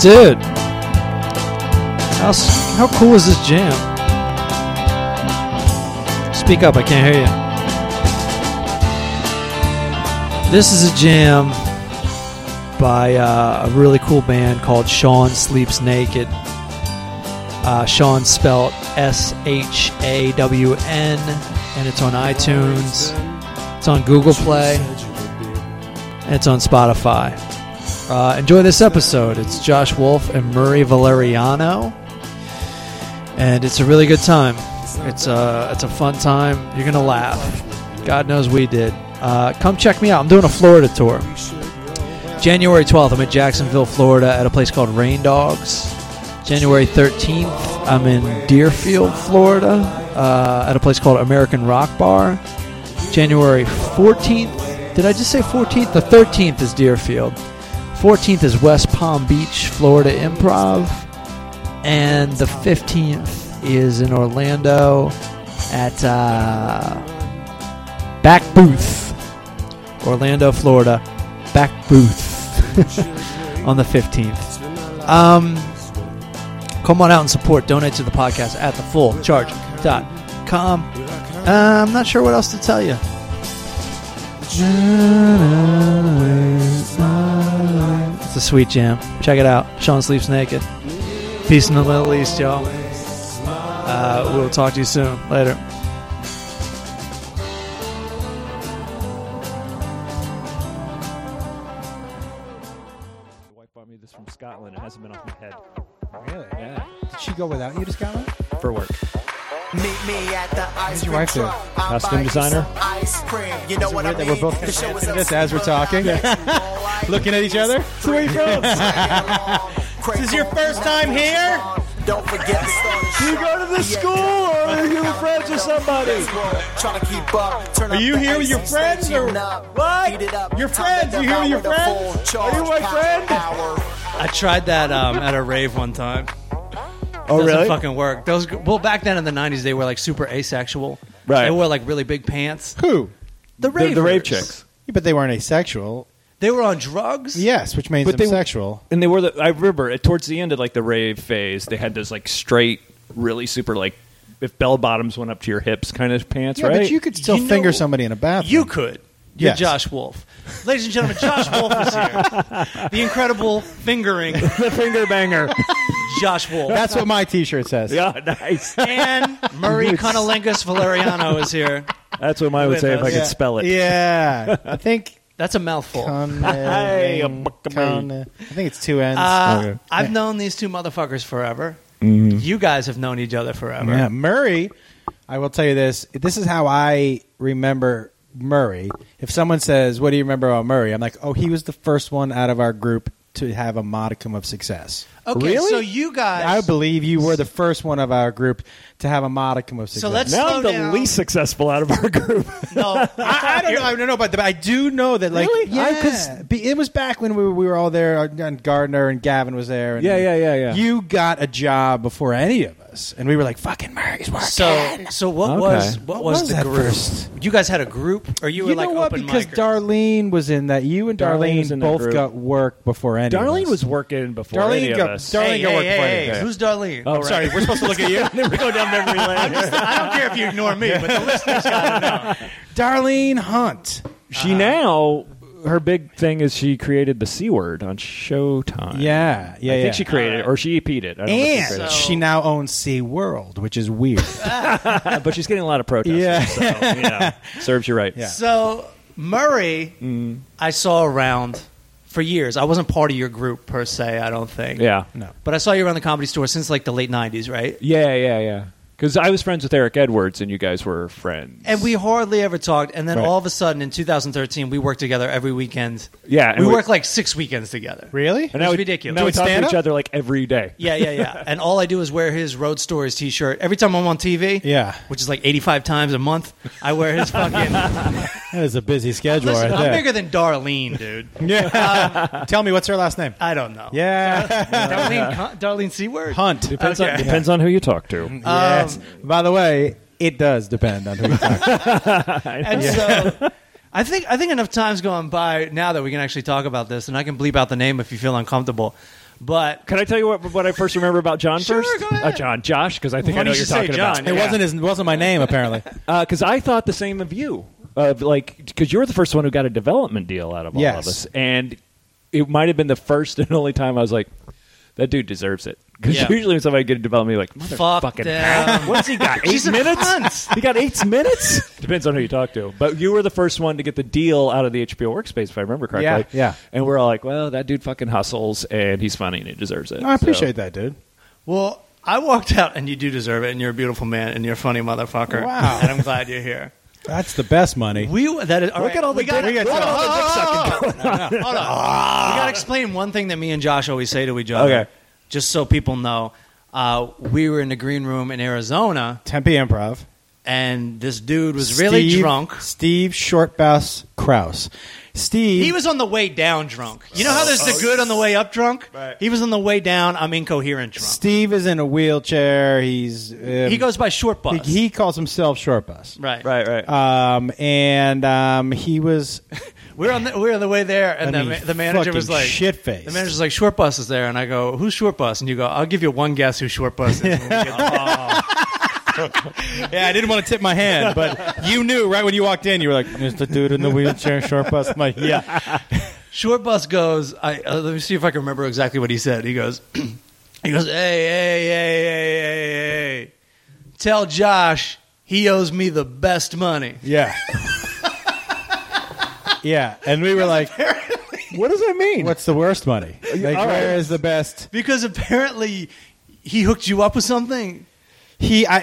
Dude, how, s- how cool is this jam? Speak up, I can't hear you. This is a jam by uh, a really cool band called Sean Sleeps Naked. Uh, Sean spelled S H A W N, and it's on iTunes, it's on Google Play, and it's on Spotify. Uh, enjoy this episode. It's Josh Wolf and Murray Valeriano, and it's a really good time. It's a it's a fun time. You're gonna laugh. God knows we did. Uh, come check me out. I'm doing a Florida tour. January 12th, I'm in Jacksonville, Florida, at a place called Rain Dogs. January 13th, I'm in Deerfield, Florida, uh, at a place called American Rock Bar. January 14th, did I just say 14th? The 13th is Deerfield. 14th is West Palm Beach, Florida Improv. And the 15th is in Orlando at uh, Back Booth, Orlando, Florida. Back Booth on the 15th. Um, come on out and support. Donate to the podcast at the full charge.com. Uh, I'm not sure what else to tell you. It's a sweet jam. Check it out. Sean sleeps naked. Peace in the Middle East, y'all. Uh, we'll talk to you soon. Later. My wife bought me this from Scotland. It hasn't been off my head. Really? Yeah. Did she go without you to Scotland? For work. Meet me at the ice your cream wife do? truck. I'm Costume buying designer? some Ice cream. You know what I weird that mean? we're both The show is just up as we're super talking? late. Alright. Looking at each other? Three friends. Craig This is your first time here? Don't forget to start the show. go to the school or you were friends with somebody. Trying to keep up. Turn Are up you the here with ice your and friends stay or- tuned up. What? Heat it up. Your Time friends? to You here with your devour the friends? full Are you my charge friend? power hour. I tried that um, at a rave one time. Oh, Doesn't really? Fucking work. Those well, back then in the '90s, they were like super asexual. Right. They wore like really big pants. Who? The rave, the rave chicks. But they weren't asexual. They were on drugs. Yes, which means But but they- sexual. And they were the, I remember uh, towards the end of like the rave phase, they had those like straight, really super like, if bell bottoms went up to your hips kind of pants, Yeah, right? but you could still You know- finger somebody in a bathroom. You could. You're Yes. Josh Wolf, ladies and gentlemen. Josh Wolf is here. The incredible fingering the finger banger. Josh Wolf. That's what my T-shirt says. yeah, nice. and Murray Conolengus Valeriano is here. That's what mine would say if I With could Yeah. spell it. Yeah, I think. That's a mouthful. Con- Hey, a con- buckamay. I think it's two ends. Uh, Okay. I've known these two motherfuckers forever. Mm-hmm. You guys have known each other forever. Yeah, Murray. I will tell you this. This is how I remember Murray. If someone says, "What do you remember about Murray?" I'm like, "Oh, he was the first one out of our group to have a modicum of success." Okay, Really? so you guys. I believe you were the first one of our group to have a modicum of success. let's- Now I'm Slow the down. least successful out of our group. No, I, I don't know. I don't know, but I do know that, like, Really? I- yeah, 'cause- be- it was back when we were, we were all there, uh, and Gardner and Gavin was there. And Yeah, yeah, yeah, yeah. You got a job before any of us, and we were like, "Fucking Murray's working." So, so what Okay. was what, What was, was the that group? first? You guys had a group, or you, were know like what? open because micers? Darlene was in that. You and Darlene Darlene, was in that both group. got work before any. of Darlene us. was working before Darlene any of got- us. Darlene- hey, got hey, work for hey, you. hey, who's Darlene? Oh, right. Sorry, we're supposed to look at you. we go down memory lane. I don't care if you ignore me, but the listeners got to know. Darlene Hunt. Uh-huh. She now her big thing is she created the c word on Showtime. Yeah, yeah, I yeah. think she created it or she EP'd it. I don't know if she created and it. she now owns Sea World, which is weird. Uh, but she's getting a lot of protests. Yeah. so, you know, serves you right. Yeah. So Murray, Mm. I saw around for years. I wasn't part of your group per se. I don't think. yeah, no, But I saw you around the comedy store since like the late '90s, right? yeah, yeah, yeah. Because I was friends with Eric Edwards, and you guys were friends. And we hardly ever talked. And then Right. all of a sudden, in 2013, we worked together every weekend. Yeah, and we, we- worked like six weekends together. really? and it now was we- ridiculous. Now we Doing talk to stand-up? each other like every day. Yeah, yeah, yeah. and all I do is wear his Road Stories T-shirt every time I'm on TV. Yeah. which is like 85 times a month. I wear his fucking. That is a busy schedule Listen, right I'm there. bigger than Darlene, dude. Yeah. Tell me what's her last name? I don't know. Yeah. Darlene, Con- Darlene Seaward. Hunt. Depends on Okay. depends on who you talk to. yes. Um, By the way, it does depend on who you talk to. And so, I think I think enough time's gone by now that we can actually talk about this, and I can bleep out the name if you feel uncomfortable. But Can I tell you what, what I first remember about John Sure, first? go ahead. Uh, John, Josh, because I think Why I know did what you're you say talking John? It about. Yeah. wasn't his, wasn't my name apparently. Because Uh, I thought the same of you. Of like, because you were the first one who got a development deal out of all Yes. of us, and it might have been the first and only time I was like, "That dude deserves it." Because Yeah. usually when somebody get a development, you're like, Fuck "Motherfucking them." what's he got? Eight She's a minutes? cunt. he got eight minutes? Depends on who you talk to. But you were the first one to get the deal out of the HBO workspace, if I remember correctly. Yeah, yeah. And we're all like, "Well, that dude fucking hustles, and he's funny, and he deserves it." I appreciate that, dude. well, I walked out, and you do deserve it, and you're a beautiful man, and you're a funny motherfucker. Wow. and I'm glad you're here. That's the best money. We that is, all right, we got we got hold to- on, hold on, hold on. We got to explain one thing that me and Josh always say to each other. Okay. Just so people know, uh, we were in the green room in Arizona, Tempe Improv. and this dude was really Steve- drunk. Steve Shortboss Kraus. Steve. He was on the way down drunk. You know how there's the good on the way up drunk? He was on the way down, I'm incoherent drunk. Steve is in a wheelchair. He's um, he goes by short bus. He, he calls himself Short Bus. right. Right, right. Um, and um, he was We're on the we're on the way there, and I the, mean, ma- the manager fucking was like shit-faced. The manager's like short bus is there, and I go, who's short bus? And you go, I'll give you one guess who short bus is. when we get there." Yeah, I didn't want to tip my hand, but you knew right when you walked in. You were like, "There's the dude in the wheelchair, short bus." I'm like, yeah, Short bus goes. I, uh, let me see if I can remember exactly what he said. He goes. he goes. Hey, hey, hey, hey, hey, hey. Tell Josh he owes me the best money. yeah, yeah. And we were like, what does that mean? "What's the worst money? Like, All right. where is the best?" Because apparently he hooked you up with something. He, I,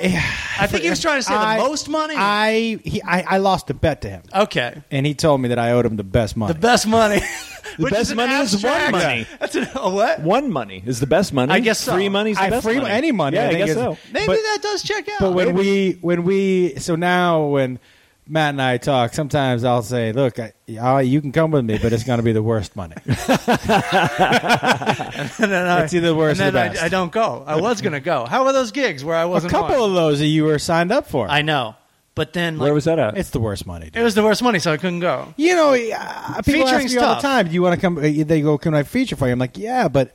I think he was trying to say I- the most money. I, he, I, I lost a bet to him, okay. and he told me that I owed him the best money. The best money. The Which best an money is one abstract- money. That's an, a what? One money is the best money. I guess so. free money is the I best free money. any money. Yeah, I, I think guess is- so. Maybe But- that does check out. But when we when we so now when Matt and I talk, sometimes I'll say, "Look, I, I, you can come with me, but it's going to be the worst money." and then I, It's either the worst or and the then best. I, I don't go. I was gonna go. How were those gigs where I a wasn't? couple on? of those that you were signed up for. I know, but then like, Where was that at? it's the worst money. It Dude. was the worst money, so I couldn't go. You know, uh, people Featuring ask me all the stuff. time, "Do you want to come?" uh, They go, "Can I feature for you?" I'm like, "Yeah, but."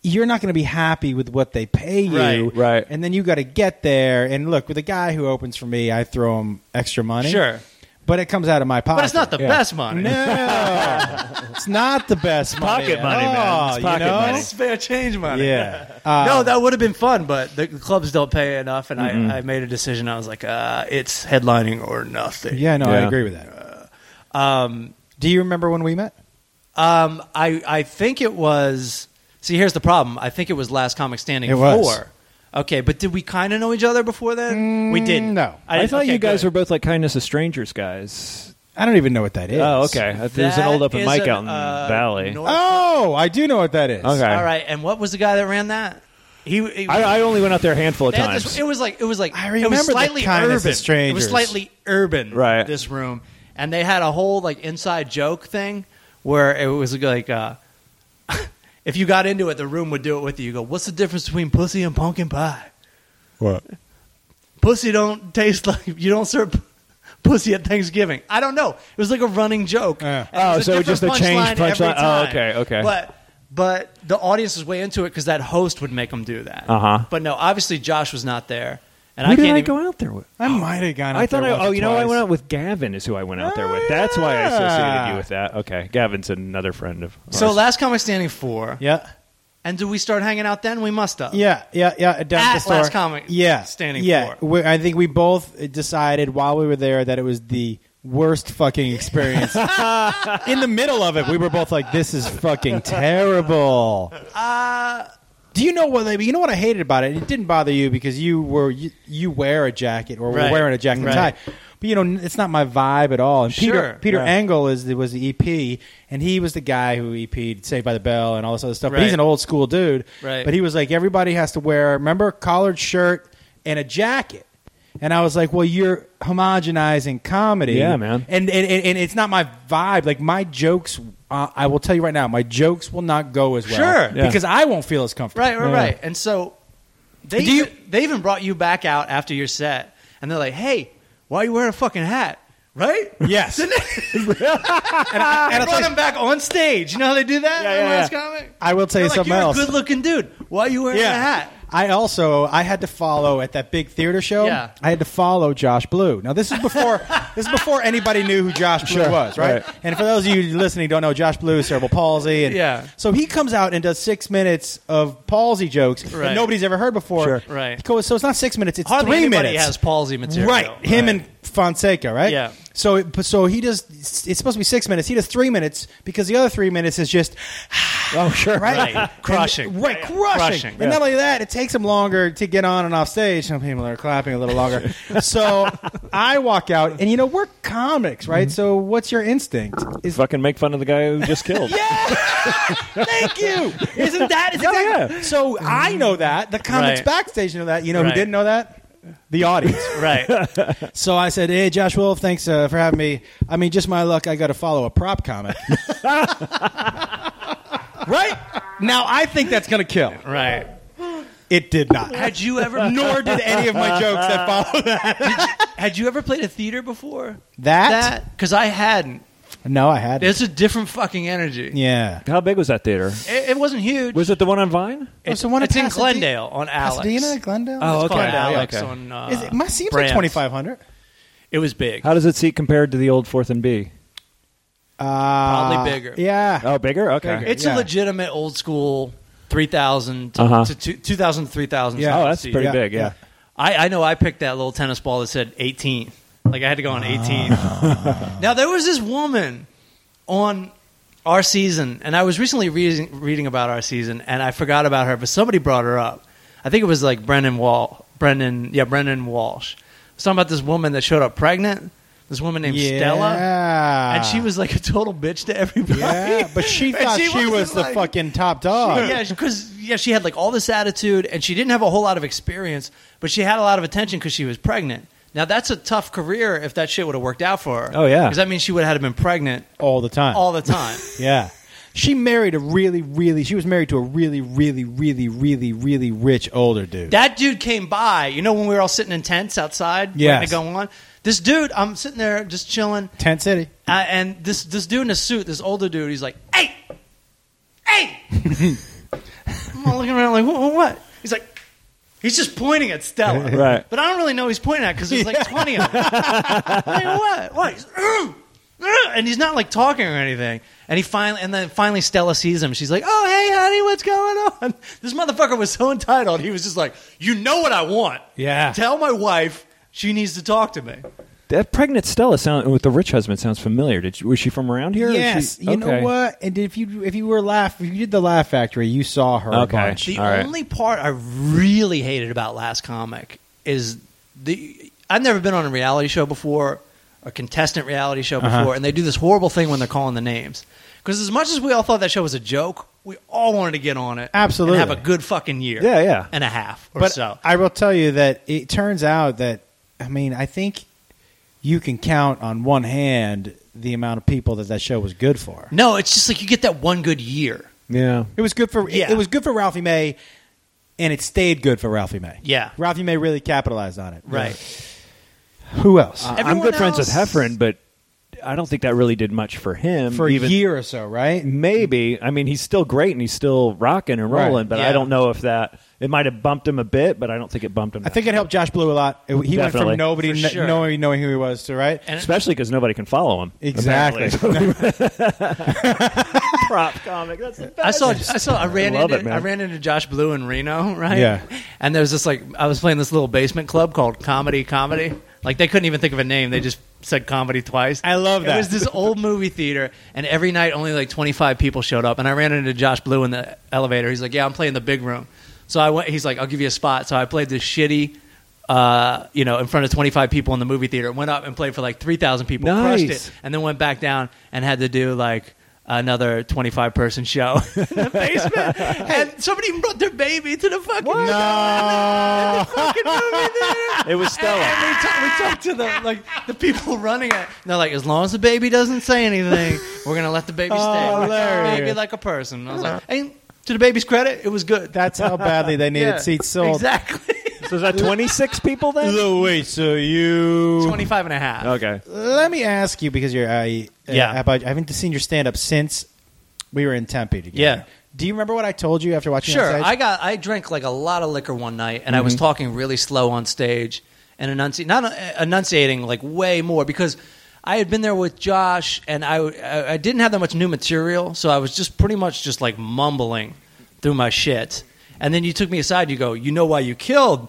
You're not going to be happy with what they pay you, Right, right. And then you got to get there. And look, with the guy who opens for me, I throw him extra money, Sure. but it comes out of my pocket. But it's not the Yeah. best money. No, it's not the best money pocket at money, man. all, It's you pocket know? money. That's fair change money. Yeah. Uh, no, that would have been fun, but the clubs don't pay enough, and Mm-hmm. I, I made a decision. I was like, uh, it's headlining or nothing. yeah, no, I Yeah. agree with that. Um, Do you remember when we met? um, I, I think it was. See, here's the problem. I think it was Last Comic Standing It was. four. Okay, but did we kind of know each other before then? we didn't. no. Mm, I, didn't- thought okay, you guys good. were both like kindness of strangers guys. I don't even know what that is. Oh, okay. I- There's an That old open is mic an, out in uh, the valley. North- Oh, I do know what that is. Okay. All right, and what was the guy that ran that? He, he- I, I only went out there a handful of They had times. this- it was like it was like I it remember was the slightly kindness of urban. It strangers. was slightly urban. Right. This room, and they had a whole like inside joke thing where it was like. Uh, If you got into it, the room would do it with you. You go, "What's the difference between pussy and pumpkin pie? What? Pussy don't taste like you don't serve p- pussy at Thanksgiving." I don't know. It was like a running joke. Yeah. And it Oh, was so it was different just a change punchline every punchline. Oh, time. okay, okay. But but the audience was way into it because that host would make them do that. Uh-huh. But no, obviously Josh was not there, and Who I did can't I even, go out there with? I might have gone. I out thought there I. once Oh, or you know, I twice. went out with Gavin. Is who I went out there Oh, with. That's why I associated yeah. you with that. Okay, Gavin's another friend of. Ours. Ah. So last comic standing four. Yeah, And do we start hanging out then? We must have. yeah, yeah, yeah. Down At the store. Last Comic yeah, Standing Yeah, for. We- I think we both decided while we were there that it was the worst fucking experience. In the middle of it, we were both like, "This is fucking terrible." Uh, Do you know what? They, you know what I hated about it. It didn't bother you because you were you, you wear a jacket or Right. were wearing a jacket Right. and tie. But you know, it's not my vibe at all. And Sure. Peter Peter Yeah. Engel is the, was the EP, and he was the guy who EP'd Saved by the Bell and all this other stuff. But he's Right. an old school dude. Right. But he was like, everybody has to wear remember collared shirt and a jacket. And I was like, well, you're homogenizing comedy. Yeah, man. And and, and, and it's not my vibe. Like my jokes, uh, I will tell you right now, my jokes will not go as well. Sure. Yeah. Because I won't feel as comfortable. Right, right, Yeah. right. And so Do they you- even- they even brought you back out after your set, and they're like, "Hey, why are you wearing a fucking hat? Right? Yes. Didn't it? and I brought him back on stage. You know how they do that? Yeah, in yeah, Last yeah. Comic? I will tell They're you like, something You're else. a good-looking dude. Why are you wearing a hat? I also I had to follow at that big theater show. Yeah. I had to follow Josh Blue. Now this is before this is before anybody knew who Josh Blue was, right? right. And for those of you listening who don't know, Josh Blue is cerebral palsy, and Yeah. So he comes out and does six minutes of palsy jokes Right. that nobody's ever heard before, Sure. Right. Co- So it's not six minutes; it's Hardly three anybody minutes. has palsy material. Right, him and Fonseca, right? Yeah. So, it, but- so he does. It's supposed to be six minutes. He does three minutes because the other three minutes is just Oh, sure. right? Right. Crushing. And- right, Yeah. crushing. Crushing. And not only that, it takes them longer to get on and off stage. Some people are clapping a little longer. so I walk out, and you know, we're comics, Mm-hmm. right? So what's your instinct? Is Fucking make fun of the guy who just killed. Thank you. Isn't that is exactly- So I know that. The comics Mm-hmm. Right. backstage know that. You know Right. who didn't know that? The audience. Right. so I said, "Hey, Josh Wolf, thanks uh, for having me. I mean, just my luck. I got to follow a prop comic, right? Now I think that's gonna kill. Right. It did not. Had you ever nor did any of my jokes that follow that. had you ever played a theater before? That? That because I hadn't. No, I hadn't. There's a different fucking energy. yeah. How big was that theater? It, it wasn't huge. Was it the one on Vine? it's, the one it's in in Pasadena- Glendale on Alex. Pasadena, Glendale. Oh, It's called okay. Alex Okay. on. Uh, Is it, my seems Brands. like twenty five hundred. It was big. How does it seat compared to the old Fourth and B? Uh, Probably bigger. Yeah. Oh, bigger. Okay. Bigger. It's Yeah. a legitimate old school 3,000 to, Uh-huh. to two, 2,000, 3,000. Yeah. Oh, that's seat. pretty big. Yeah. I, I know I picked that little tennis ball that said 18. Like I had to go on Ah. 18. now there was this woman on our season, and I was recently reading, reading about our season, and I forgot about her, but somebody brought her up. I think it was like Brendan Wall, Brendan, yeah, Brendan Walsh. It was talking about this woman that showed up pregnant. This woman named Yeah. Stella, and she was like a total bitch to everybody. Yeah, but she And thought she, wasn't, was the like- fucking top Oh, dog. yeah, because yeah, she had like all this attitude, and she didn't have a whole lot of experience, but she had a lot of attention because she was pregnant. Now that's a tough career if that shit would have worked out for her. Oh, yeah. because that means she would have been pregnant All the time. all the time. yeah. She married a really, really. She was married to a really, really, really, really, really rich older dude. that dude came by. You know when we were all sitting in tents outside, waiting Yes. to go on. This dude, I'm sitting there just chilling, Tent City. uh, and this this dude in a suit, this older dude, he's like, "Hey, hey!" I'm all looking around like, "What?" what? He's like. He's just pointing at Stella. Right. But I don't really know who he's pointing at because there's like 20 of them. like, what? What? He's, "Ugh, ugh," and he's not like talking or anything. And he finally, and then finally Stella sees him. She's like, oh, hey, honey, what's going on? This motherfucker was so entitled. He was just like, you know what I want. Yeah. Tell my wife she needs to talk to me. That pregnant Stella sound with the rich husband sounds familiar. Did she, was she from around here? Or Yes, she- you know okay. what? And if you if you were laugh, if you did the Laugh Factory, you saw her a Okay. bunch. The All right. only part I really hated about Last Comic is the I've never been on a reality show before, a contestant reality show Uh-huh. before, and they do this horrible thing when they're calling the names. Because as much as we all thought that show was a joke, we all wanted to get on it, Absolutely. and have a good fucking year, Yeah, yeah. and a half or but so. I will tell you that it turns out that I mean I think you can count on one hand the amount of people that that show was good for. no, it's just like you get that one good year. Yeah. It was good for Yeah. it, was good for Ralphie May, and it stayed good for Ralphie May. Yeah. Ralphie May really capitalized on it. Right. Who else? I'm Everyone good friends with else- Heffron, but I don't think that really did much for him. for even, Mm-hmm. a year or so, right? maybe. I mean, he's still great and he's still rocking and Right. rolling, but Yeah. I don't know if that. It might have bumped him a bit, but I don't think it bumped him. I think it helped Josh Blue a lot. It- he went Definitely. from nobody For kn- sure. knowing knowing who he was to right. And especially because nobody can follow him. Exactly. Prop comic. That's the best. I saw, I saw, I ran love into, it, man. I ran into Josh Blue in Reno, right? Yeah. And there was this like, I was playing this little basement club called Comedy Comedy. Like they couldn't even think of a name; they just said comedy twice. I love It that. was this old movie theater, and every night only like twenty five people showed up. And I ran into Josh Blue in the elevator. He's like, "Yeah, I'm playing the big room." So I went. He's like, "I'll give you a spot." So I played this shitty. Uh, you know, in front of 25 people in the movie theater, went up and played for like 3,000 people, crushed Nice. it, and then went back down and had to do like another 25 person show in the basement. and somebody even brought their baby to the fucking, No. fucking movie theater. It was And, Stella. we, talk, we talked to them, like the people running it. And they're like, as long as the baby doesn't say anything, we're gonna let the baby stay. We're gonna treat the baby hilarious. like a person. And I was like, and to the baby's credit, it was good. That's how badly they needed seats sold. Exactly. So is that 26 people then? So wait, so you 25 and a half. Okay. Let me ask you because you're I uh, Yeah. about- I haven't seen your stand up since we were in Tempe together. Yeah. Do you remember what I told you after watching? Sure. Outside? Mm-hmm. I got I drank like a lot of liquor one night, and I was talking really slow on stage and enunci- not uh, enunciating like way more because I had been there with Josh, and I I I didn't have that much new material, so I was just pretty much just like mumbling through my shit. And then you took me aside. You go, you know why you killed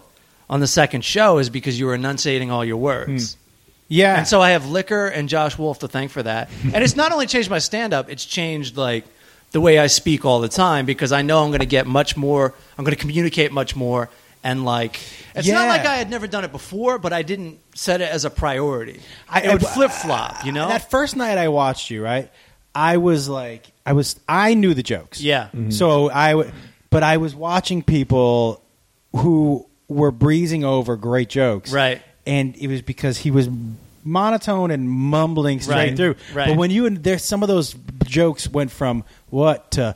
on the second show is because you were enunciating all your Hmm. words. yeah. And so I have liquor and Josh Wolf to thank for that. And it's not only changed my stand up, it's changed like the way I speak all the time because I know I'm going to get much more, I'm going to communicate much more. And like, it's Yeah. not like I had never done it before, but I didn't set it as a priority. I- I, it would I- flip flop, you know? that first night I watched you, right? I was like, I was, I knew the jokes. Yeah. So I, w- but I was watching people who were breezing over great jokes, Right. And it was because he was monotone and mumbling straight Right. through. Right. But when you and there, some of those jokes went from what to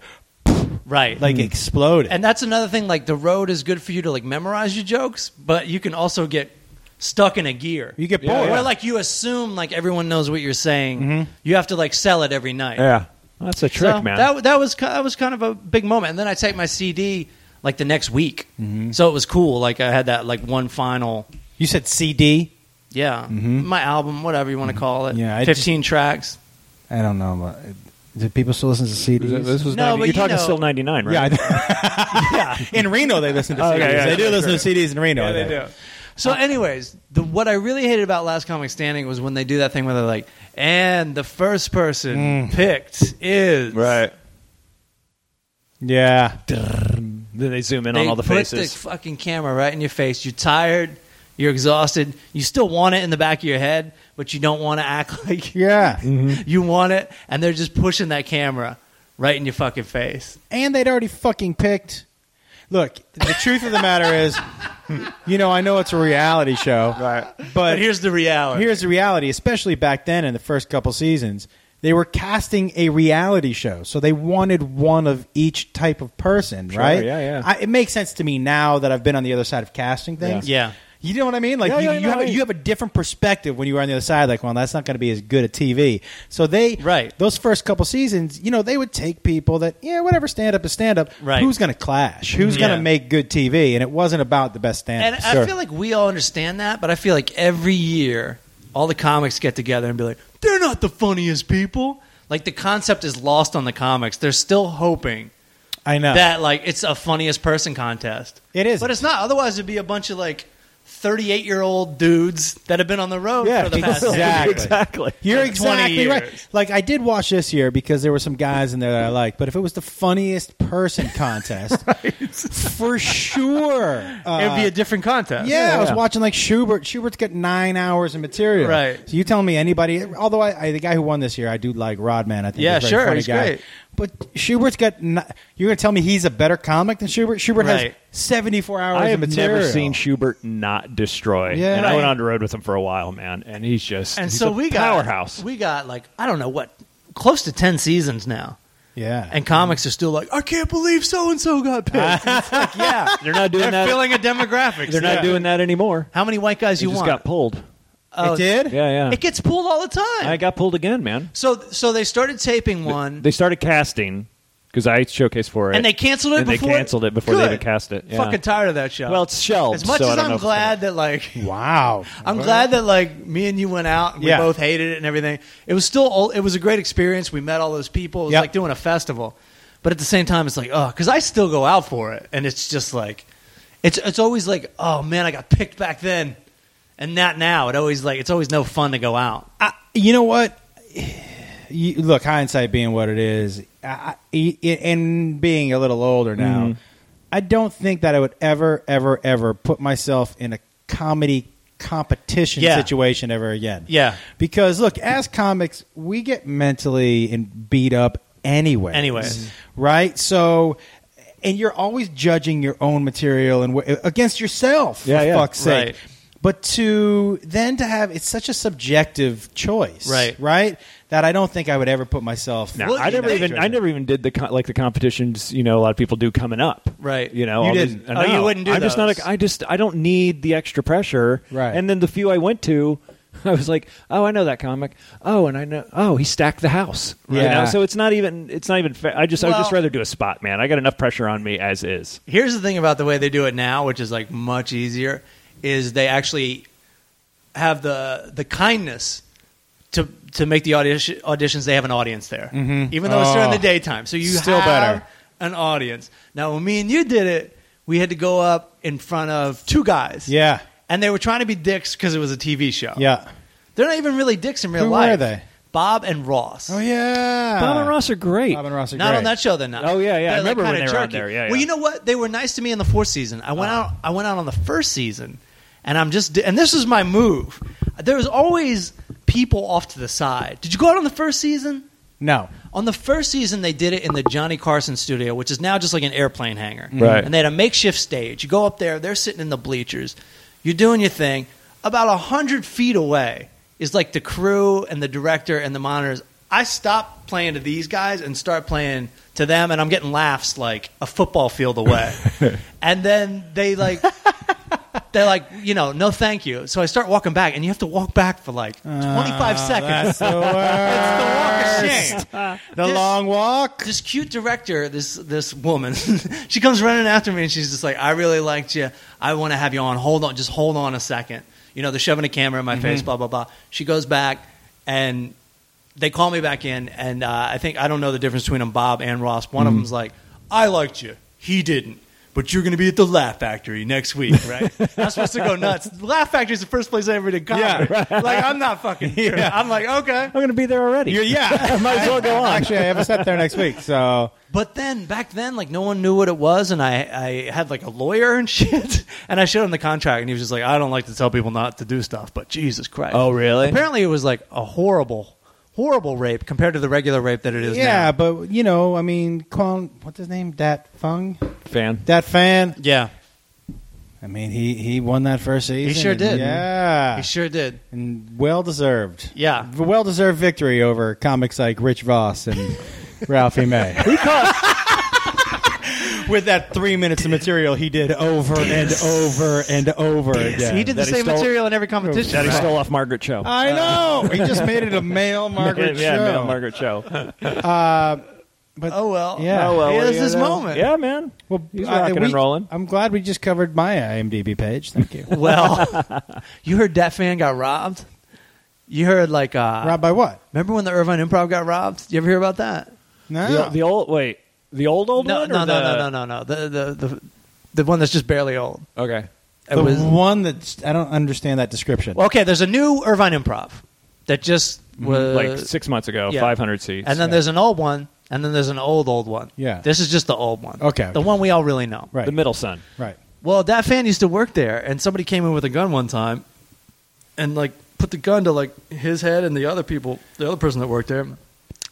right. like exploded. and that's another thing. Like, the road is good for you to like memorize your jokes, but you can also get stuck in a gear. You get bored. Mm-hmm. Where like you assume like everyone knows what you're saying. You have to like sell it every night. Yeah. That's a trick, So man. That that was ki- that was kind of a big moment. And then I take my CD like the next week, Mm-hmm. so it was cool. Like I had that like one final, you said CD. yeah, Mm-hmm. my album, whatever you want to call it. Yeah, I fifteen tracks. I don't know. but- Do people still listen to CDs? was No, 90 but you're you talking know- still 99, right? yeah, I- yeah. In Reno, they listen to CDs. Okay, yeah, they do yeah, listen to CDs in Reno. I think. So, anyways, the what I really hated about Last Comic Standing was when they do that thing where they're like, "And the first person Mm. picked is Yeah. Then they zoom in They on all the put faces. the fucking camera right in your face. You're tired. You're exhausted. You still want it in the back of your head, but you don't want to act like Yeah. You want it, and they're just pushing that camera right in your fucking face. And they'd already fucking picked. Look, the truth of the matter is, you know, I know it's a reality show, right? But, But here's the reality. here's the reality, especially back then in the first couple seasons, they were casting a reality show, so they wanted one of each type of person, right? yeah, yeah. I, it makes sense to me now that I've been on the other side of casting things. Yeah. You know what I mean? Like Yeah, you, yeah, you no, have a, I- you have a different perspective when you were on the other side. Like, well, that's not going to be as good a TV. So they Right. those first couple seasons, you know, they would take people that yeah, whatever stand up is stand up. Right. Mm-hmm. Who's going to clash? Who's going Yeah. to make good TV? And it wasn't about the best stand and up. I feel like we all understand that, but I feel like every year all the comics get together and be like, they're not the funniest people. Like the concept is lost on the comics. They're still hoping I know that like it's a funniest person contest. It is. but it's not. Otherwise, it'd be a bunch of like thirty-eight year old dudes that have been on the road Yeah, for the past exactly. exactly. You're like 20 exactly right. years. Like I did watch this year because there were some guys in there that I liked, but if it was the funniest person contest, for sure, it'd be uh, a different contest. yeah, I was yeah. watching like Schubert. Schubert's got nine hours of material. Right. So you telling me anybody? Although I, I the guy who won this year, I do like Rodman. I think Yeah, he's a very sure, funny he's guy. great. But Schubert's got. Ni- you're going to tell me he's a better comic than Schubert? Schubert has Right. 74 hours I have of material. never seen Schubert not destroy. Yeah. And I went on the road with him for a while, man. And he's just and he's so a we got powerhouse. We got like I don't know what, close to ten seasons now, Yeah. and comics are still like, I can't believe so and so got picked. It's like, yeah, They're not doing they're that. filling a demographic. They're not doing that anymore. How many white guys You you just want? got pulled. Oh, it did. Yeah, yeah. It gets pulled all the time. I got pulled again, man. so so they started taping one. They started casting because I showcased for it, and they canceled it And before they canceled it before they Good. even cast it. Yeah. Fucking tired of that show. well, it's shelved. as much so I as don't know I'm if it's glad that like Wow. I'm glad that like me and you went out and we Yeah. both hated it and everything. It was still all, it was a great experience. We met all those people. It was Yep. like doing a festival. But at the same time it's like, oh, cuz I still go out for it and it's just like it's it's always like, oh man, I got picked back then and not now. It always like it's always no fun to go out. I, you know what? You, look, hindsight being what it is, I, I, and being a little older now, Mm-hmm. I don't think that I would ever, ever, ever put myself in a comedy competition Yeah. situation ever again. Yeah. Because, look, as comics, we get mentally and beat up anyway. Anyways. Mhm. Right? So. And you're always judging your own material and wh- against yourself, Yeah, for yeah. fuck's sake. Right. But to then to have it's such a subjective choice, Right. Right, that I don't think I would ever put myself. No, Well, I you never know- even I never even did the co- like the competitions. You know, a lot of people do coming up, Right. You know, You all these- didn't. I Oh, you know. wouldn't do I'm just not. those. A, I just I don't need the extra pressure, Right. And then the few I went to, I was like, oh, I know that comic. Oh, and I know. Oh, he stacked the house. You know? Yeah. So it's not even. It's not even. Fair. I just. I would just Well- rather do a spot, man. I got enough pressure on me as is. Here's the thing about the way they do it now, which is like much easier, is they actually have the the kindness to to make the audition, auditions. They have an audience there, even though it's during Oh. the daytime. So you Still have better. an audience. Now, when me and you did it, we had to go up in front of two guys. Yeah, and they were trying to be dicks because it was a TV show. yeah. they're not even really dicks in real Who were life. they? Bob and Ross. Oh Uh, yeah, Bob and Ross are great. Bob and Ross are Not great. on that show, they're not. Oh, yeah, yeah. I They're, remember when kinda they were on jerky. there. Yeah, Well, yeah. you know what? They were nice to me in the fourth season. I went out. I went out on the first season, and I'm just. And this was my move. There was always people off to the side. Did you go out on the first season? No, On the first season, they did it in the Johnny Carson studio, which is now just like an airplane hangar. Right. And they had a makeshift stage. You go up there, they're sitting in the bleachers. You're doing your thing. About 100 feet away is like the crew and the director and the monitors. I stop playing to these guys and start playing to them, and I'm getting laughs like a football field away. and then they like. They're like, you know, no, thank you. So I start walking back, and you have to walk back for like 25 seconds. Ah, that's the uh, worst. It's the walk of shame. The This- long walk. This cute director, this this woman, she comes running after me and she's just like, "I really liked you. I want to have you on. Hold on, just hold on a second. You know, they're shoving a camera in my face. Mm-hmm. Blah blah blah." She goes back and they call me back in, and uh, I think I don't know the difference between them, Bob and Ross. One Mm-hmm. of them's like, "I liked you. He didn't." But you're going to be at the Laugh Factory next week, right? I'm supposed to go nuts. The Laugh Factory is the first place I ever did comedy. Like I'm not fucking. here. I'm like okay. I'm going to be there already. You're- yeah, might as well go on. Actually, I have a set there next week, so But then back then, like no one knew what it was, and I, I had like a lawyer and shit, and I showed him the contract, and he was just like, I don't like to tell people not to do stuff, but Jesus Christ! Oh, really? Apparently, it was like a horrible, horrible rape compared to the regular rape that it is. yeah. now. But you know, I mean, Quan, what's his name? Dat Fung, fan. Dat Fan. yeah, I mean, he he won that first season. sure and- did. Yeah, he sure did. and well deserved. Yeah. well deserved victory over comics like Rich Voss and Ralphie May. With that three minutes of material he did over and over and over again. he did the That he same stole- material in every competition. That he Right. stole off Margaret Cho. I know. He just made it a male Margaret yeah, show. man, Margaret Cho. But Oh well. Yeah. Oh, well, He what has do you this know? moment. Yeah, man. well, He's uh, rocking we- and rolling. I'm glad we just covered my IMDb page. Thank you. Well, you heard that fan got robbed. You heard like uh, Rob by what? remember when the Irvine Improv got robbed? You ever hear about that? No. The, the old wait, the old old no, one. no, or no, the, no, no, no, no. The the the the one that's just barely old. no. Okay. It The was one that I don't understand that description. well, okay. There's a new Irvine Improv that just was like six months ago, Mm-hmm. yeah. 500 seats. and then yeah. there's an old one, and then there's an old old one. Yeah. this is just the old one. Okay. the one we all really know. right. the middle son. Right. Well, that fan used to work there, and somebody came in with a gun one time, and like put the gun to like his head and the other people, the other person that worked there,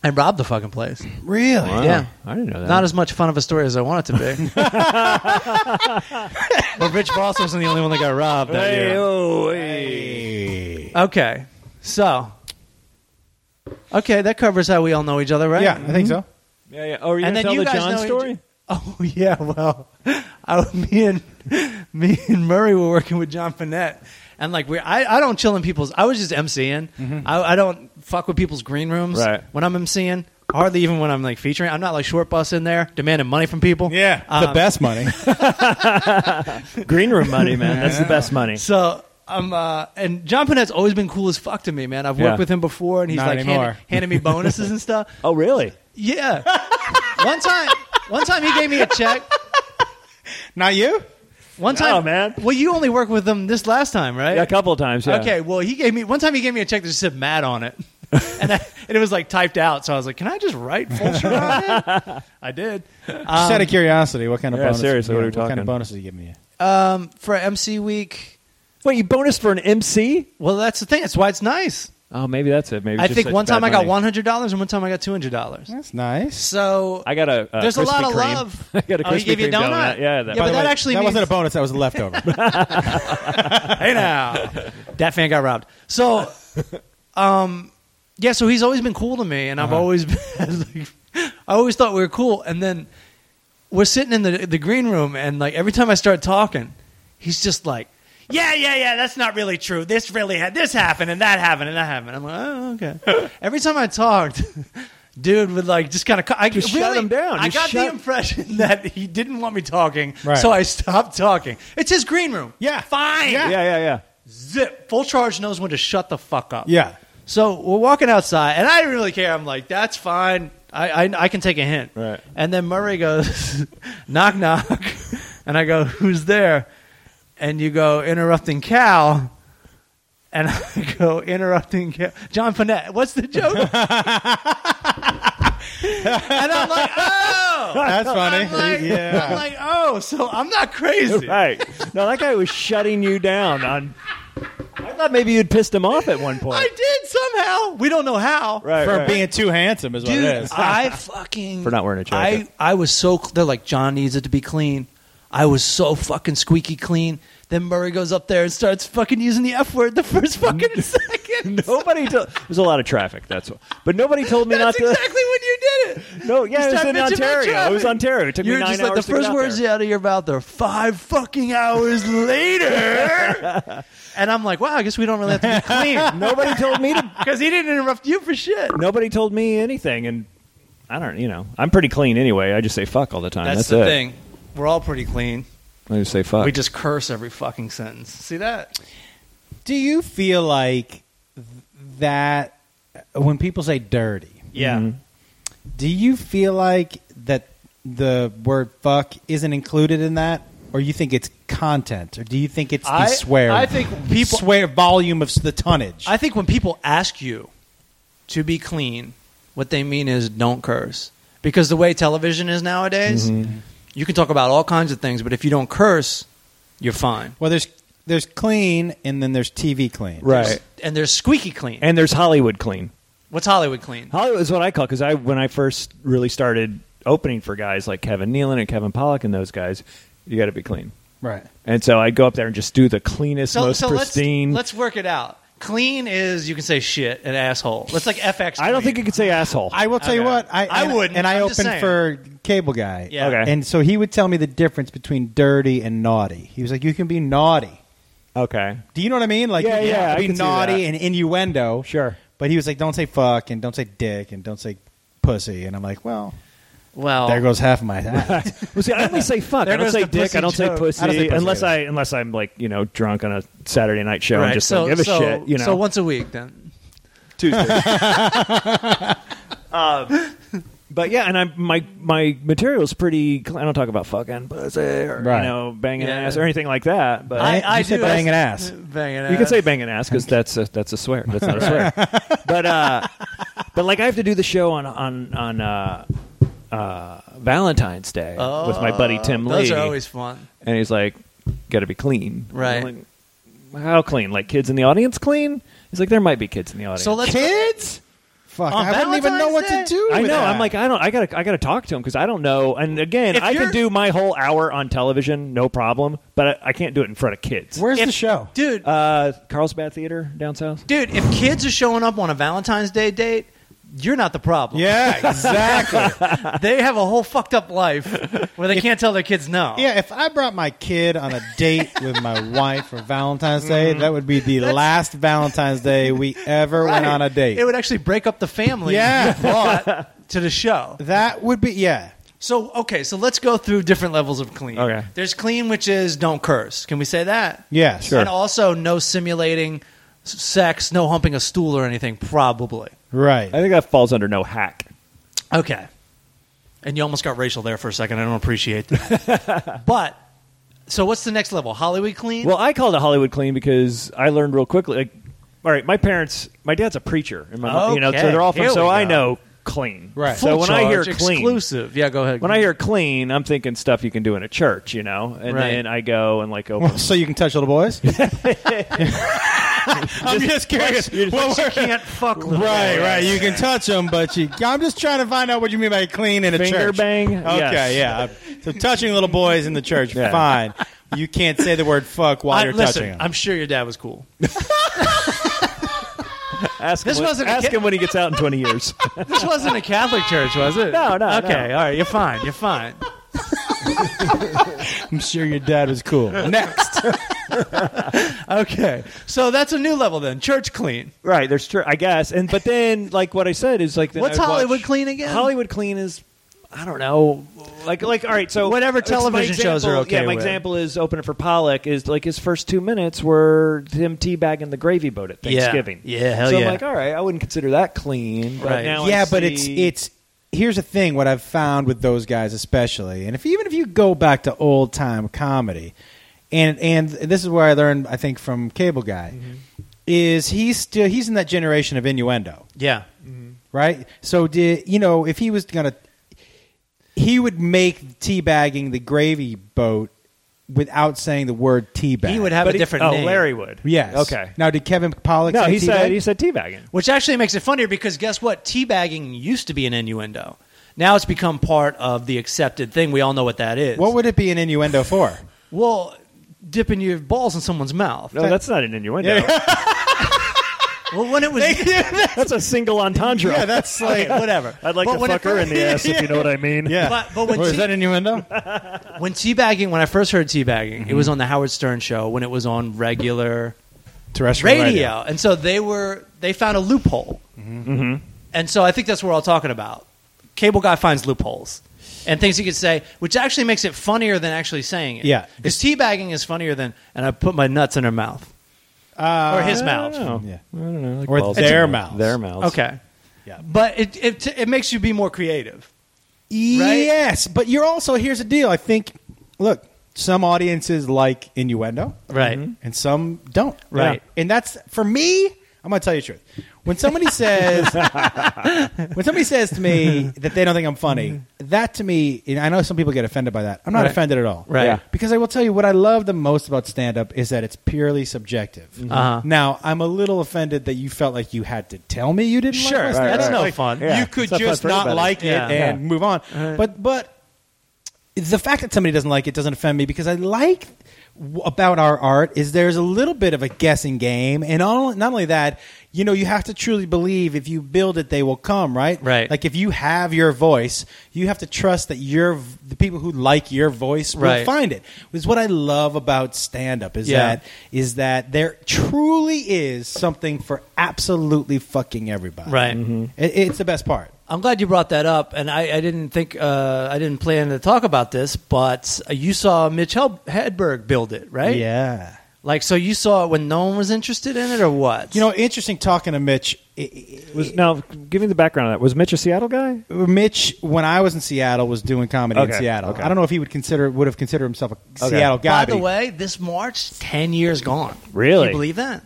and robbed the fucking place. Really? Wow. Yeah. I didn't know that. Not as much fun of a story as I want it to be. well, Rich Voss wasn't the only one that got robbed that Hey, year. oh, Okay. So. Okay, that covers how we all know each other, right? Yeah, I think so. Yeah, yeah. Oh, are you And gonna tell then you the guys John know each- story? Oh yeah, well, I, me and me and Murray were working with John Finette, and like we, I, I don't chill in people's. I was just emceeing. I, I don't fuck with people's green rooms Right. when I'm emceeing. Hardly even when I'm like featuring. I'm not like short bus in there demanding money from people. the Um, best money. Green room money, man. That's the best money. So I'm uh, and John Panette's always been cool as fuck to me, man. I've worked Yeah. with him before, and he's Not like anymore. hand, handing me bonuses and stuff. Oh, really? Yeah. one time, one time he gave me a check. Not you? One time, man. Well, you only worked with him this last time, right? Yeah, a couple of times. Yeah. Okay. Well, he gave me one time. He gave me a check that just said Matt on it, and, I, and it was like typed out. So I was like, "Can I just write Fulcher on it?" I did. Just out of curiosity, what kind of Yeah, bonus? seriously, what are we kind of talking? bonuses you giving you? Um, for MC Week. Wait, you bonus for an MC? Well, that's the thing. That's why it's nice. Oh, maybe that's it. Maybe I it's just think such one time bad I got money. one hundred dollars and one time I got two hundred dollars. That's nice. So I got a. Uh, there's a lot Krispy of Kreme. love. I got a Oh, he Krispy gave you a Kreme donut? donut. Yeah, that- By Yeah, but the that way, actually that wasn't means- a bonus. That was a leftover. hey now, that fan got robbed. So, um, yeah, so he's always been cool to me, and I've Uh-huh. always been, like, I always thought we were cool. And then we're sitting in the the green room, and like every time I start talking, he's just like, "Yeah, yeah, yeah, that's not really true. This really had this happened, and that happened, and that happened." I'm like, "Oh, okay." every time I talked. Dude would like just kind of. I Just shut really, him down. I Just got the shut- impression that he didn't want me talking, Right. so I stopped talking. It's his green room. Yeah. fine Yeah, yeah, yeah. zip. Full charge knows when to shut the fuck up. yeah. So we're walking outside, and I didn't really care. I'm like, that's fine. I, I, I can take a hint. Right. And then Murray goes, knock, knock. And I go, who's there? And you go, interrupting Cal. And I go, interrupting Cal. John Panette. What's the joke? and I'm like, oh. That's funny. I'm like, yeah. I'm like, oh, so I'm not crazy. Right. No, that guy was shutting you down. On. I thought maybe you'd pissed him off at one point. I did somehow. We don't know how. right. For right. being too handsome is what it Dude, is. I fucking For not wearing a jacket. I I was so cl- they're like John needs it to be clean. I was so fucking squeaky clean. Then Murray goes up there and starts fucking using the f word the first fucking second. Nobody told. There's a lot of traffic. That's what. But nobody told me That's not to. exactly when you did it. No, yeah, You it was in start bitching about Ontario. It was traffic. Ontario. It took You're me nine just like the hours to get first out words there. out of your mouth are five fucking hours later, and I'm like, wow, I guess we don't really have to be clean Nobody told me to. because he didn't interrupt you for shit. Nobody told me anything, and I don't. You know, I'm pretty clean anyway. I just say fuck all the time. That's, it. We're all pretty clean. I just say fuck. We just curse every fucking sentence. See that? Do you feel like th- that when people say dirty, Yeah. Mhm. do you feel like that the word fuck isn't included in that? Or you think it's content? Or do you think it's the I- swear? I think people- swear volume of s- the tonnage. I think when people ask you to be clean, what they mean is don't curse. Because the way television is nowadays, Mm-hmm. you can talk about all kinds of things, but if you don't curse, you're fine. well, there's there's clean and then there's TV clean. Right. And there's squeaky clean. And there's Hollywood clean. What's Hollywood clean? Hollywood is what I call because I when I first really started opening for guys like Kevin Nealon and Kevin Pollak and those guys, you got to be clean. Right. And so I go up there and just do the cleanest, most let's, pristine. let's work it out. Clean is you can say shit and asshole. Let's like FX. I don't clean. think you could say asshole. I will tell you Okay. what. I, I and- wouldn't. And I I'm just opened saying. for Cable Guy. Yeah. Okay. And so he would tell me the difference between dirty and naughty. He was like, "You can be naughty." okay, Do you know what I mean? Like, Yeah, you yeah, can I be can see naughty that. and innuendo. sure. But he was like, "Don't say fuck and don't say dick and don't say pussy." And I'm like, "Well, Well, there goes half of my act." Well, see, I only say fuck. There I don't goes say the dick. pussy I don't say joke. pussy, I don't say pussy unless either. I unless I'm like you know drunk on a Saturday night show and right. just so, don't give a so, shit. You know, So once a week then. Tuesday. Um, but yeah, and I my my material is pretty. cl- I don't talk about fucking pussy or Right. you know banging Yeah. ass or anything like that. But I- you said banging ass. Banging ass. you can say banging ass because that's a that's a swear. That's not a swear. but uh, but like I have to do the show on on on uh, uh, Valentine's Day with my buddy Tim Lee, Those are always fun. and he's like, "Got to be clean, Right. I'm like, How clean? Like kids in the audience clean? He's like, there might be kids in the audience. So let's Kids, fuck! On I wouldn't even know what Valentine's to Day? do. I know. with that. I'm like, I don't. I gotta. I gotta talk to him because I don't know. And again, If I can you're- do my whole hour on television, no problem. But I, I can't do it in front of kids. "Where's if- the show?" dude, Uh, Carlsbad Theater down south. dude, if kids are showing up on a Valentine's Day date, you're not the problem. Yeah, exactly. they have a whole fucked up life where they can't tell their kids no. yeah, if I brought my kid on a date with my wife for Valentine's Day, that would be the last Valentine's Day we ever went on a date. It would actually break up the family. Yeah. brought to the show. that would be yeah. So okay, so let's go through different levels of clean. Okay. There's clean, which is don't curse. Can we say that? Yeah, sure. And also no simulating s- sex, no humping a stool or anything. Probably. Right. I think that falls under no hack. Okay. And you almost got racial there for a second. I don't appreciate that. but so what's the next level? Hollywood clean? Well, I call it a Hollywood clean because I learned real quickly. Like, all right, my parents, my dad's a preacher, and my mom, you know, so Okay, they're all from. here So we I go. know clean. Right. So Full when I hear charge, clean, exclusive. Yeah, go ahead. when I hear clean, I'm thinking stuff you can do in a church, you know, and Right. then I go and like open. so you can touch little boys. I'm just curious. you're just- what She were- can't fuck little right, boys. right. You can touch them, but you, I'm just trying to find out what you mean by clean in a Finger church. bang? Okay, Yes. yeah. So touching little boys in the church, Yeah. fine. You can't say the word fuck while I, you're listen, touching them. I'm sure your dad was cool. Ask, This him, when- wasn't a ask kid- him when he gets out in 20 years. This wasn't a Catholic church, was it? No, no, Okay, no. all right. You're fine. You're fine. I'm sure your dad was cool. Next. Okay. So that's a new level then. Church clean. right, there's true, I guess. And But then, like what I said is like. then What's I'd watch- Hollywood clean again? Hollywood clean is, I don't know. Like, like, all right. So Whatever it's my television shows are example- okay Yeah, my with. example is opening for Pollock is like his first two minutes were him teabagging the gravy boat at Yeah. Thanksgiving. Yeah, hell so yeah. I'm like, all right, I wouldn't consider that clean. But Right. now I yeah, but it's see- it's here's the thing what I've found with those guys especially, and if even if you go back to old time comedy, and and this is where I learned I think from Cable Guy, is he's still he's in that generation of innuendo. Yeah. right? So did you know if he was gonna, he would make teabagging the gravy boat without saying the word teabag. He would have but a he- different oh, name. Larry would. yes. Okay. Now did Kevin Pollock? No, say he teabag? said he said teabagging. Which actually makes it funnier because guess what? Teabagging used to be an innuendo. Now it's become part of the accepted thing. We all know what that is. What would it be an innuendo for? well, dipping your balls in someone's mouth. No, that's not an innuendo. Well, when it was That's a single entendre. yeah, that's like whatever. I'd like But to when it fuck her in the ass if you know what I mean. yeah. But- but when Or is te- that innuendo? When teabagging, when I first heard teabagging, it Mm-hmm. was on the Howard Stern show when it was on regular Terrestrial radio, and so they were they found a loophole, Mm-hmm. and so I think that's what we're all talking about. Cable guy finds loopholes and things he could say, which actually makes it funnier than actually saying it. Yeah. because teabagging is funnier than and I put my nuts in her mouth Uh, or his I mouth. don't know. Yeah. I don't know. Like Or balls their in the- mouths. Their mouths. Okay, Yeah. but it, it it makes you be more creative. Yes, but you're also here's the deal. I think, look, some audiences like innuendo, Mm-hmm. Right. And some don't, Right. And that's for me. I'm going to tell you the truth. When somebody says, when somebody says to me that they don't think I'm funny, that to me, and I know some people get offended by that. I'm not Mm-hmm. Right. offended at all, Right. Yeah. Because I will tell you what I love the most about stand up is that it's purely subjective. Uh-huh. Now I'm a little offended that you felt like you had to tell me you didn't. like Sure, my right, stand-up. that's no Like, fun. Yeah. You could It's not fun just for not anybody. like it Yeah. and Yeah. move on. But but the fact that somebody doesn't like it doesn't offend me because I like w- about our art is there's a little bit of a guessing game, and all, not only that, you know, you have to truly believe if you build it, they will come, right? Right. Like if you have your voice, you have to trust that your v- the people who like your voice will Right. find it. Is what I love about stand up is Yeah. that is that there truly is something for absolutely fucking everybody. Right. It, it's the best part. I'm glad you brought that up, and I, I didn't think uh, I didn't plan to talk about this, but uh, you saw Mitch Hel- Hedberg build it, right? Yeah. Like, so you saw it when no one was interested in it, or what? You know, interesting talking to Mitch. i- i- Was, now, give me the background on that. Was Mitch a Seattle guy? Mitch, when I was in Seattle, was doing comedy in Okay, Seattle. okay. I don't know if he would consider would have considered himself a Seattle guy. By the but he- way, this March, ten years gone. Really? Can you believe that?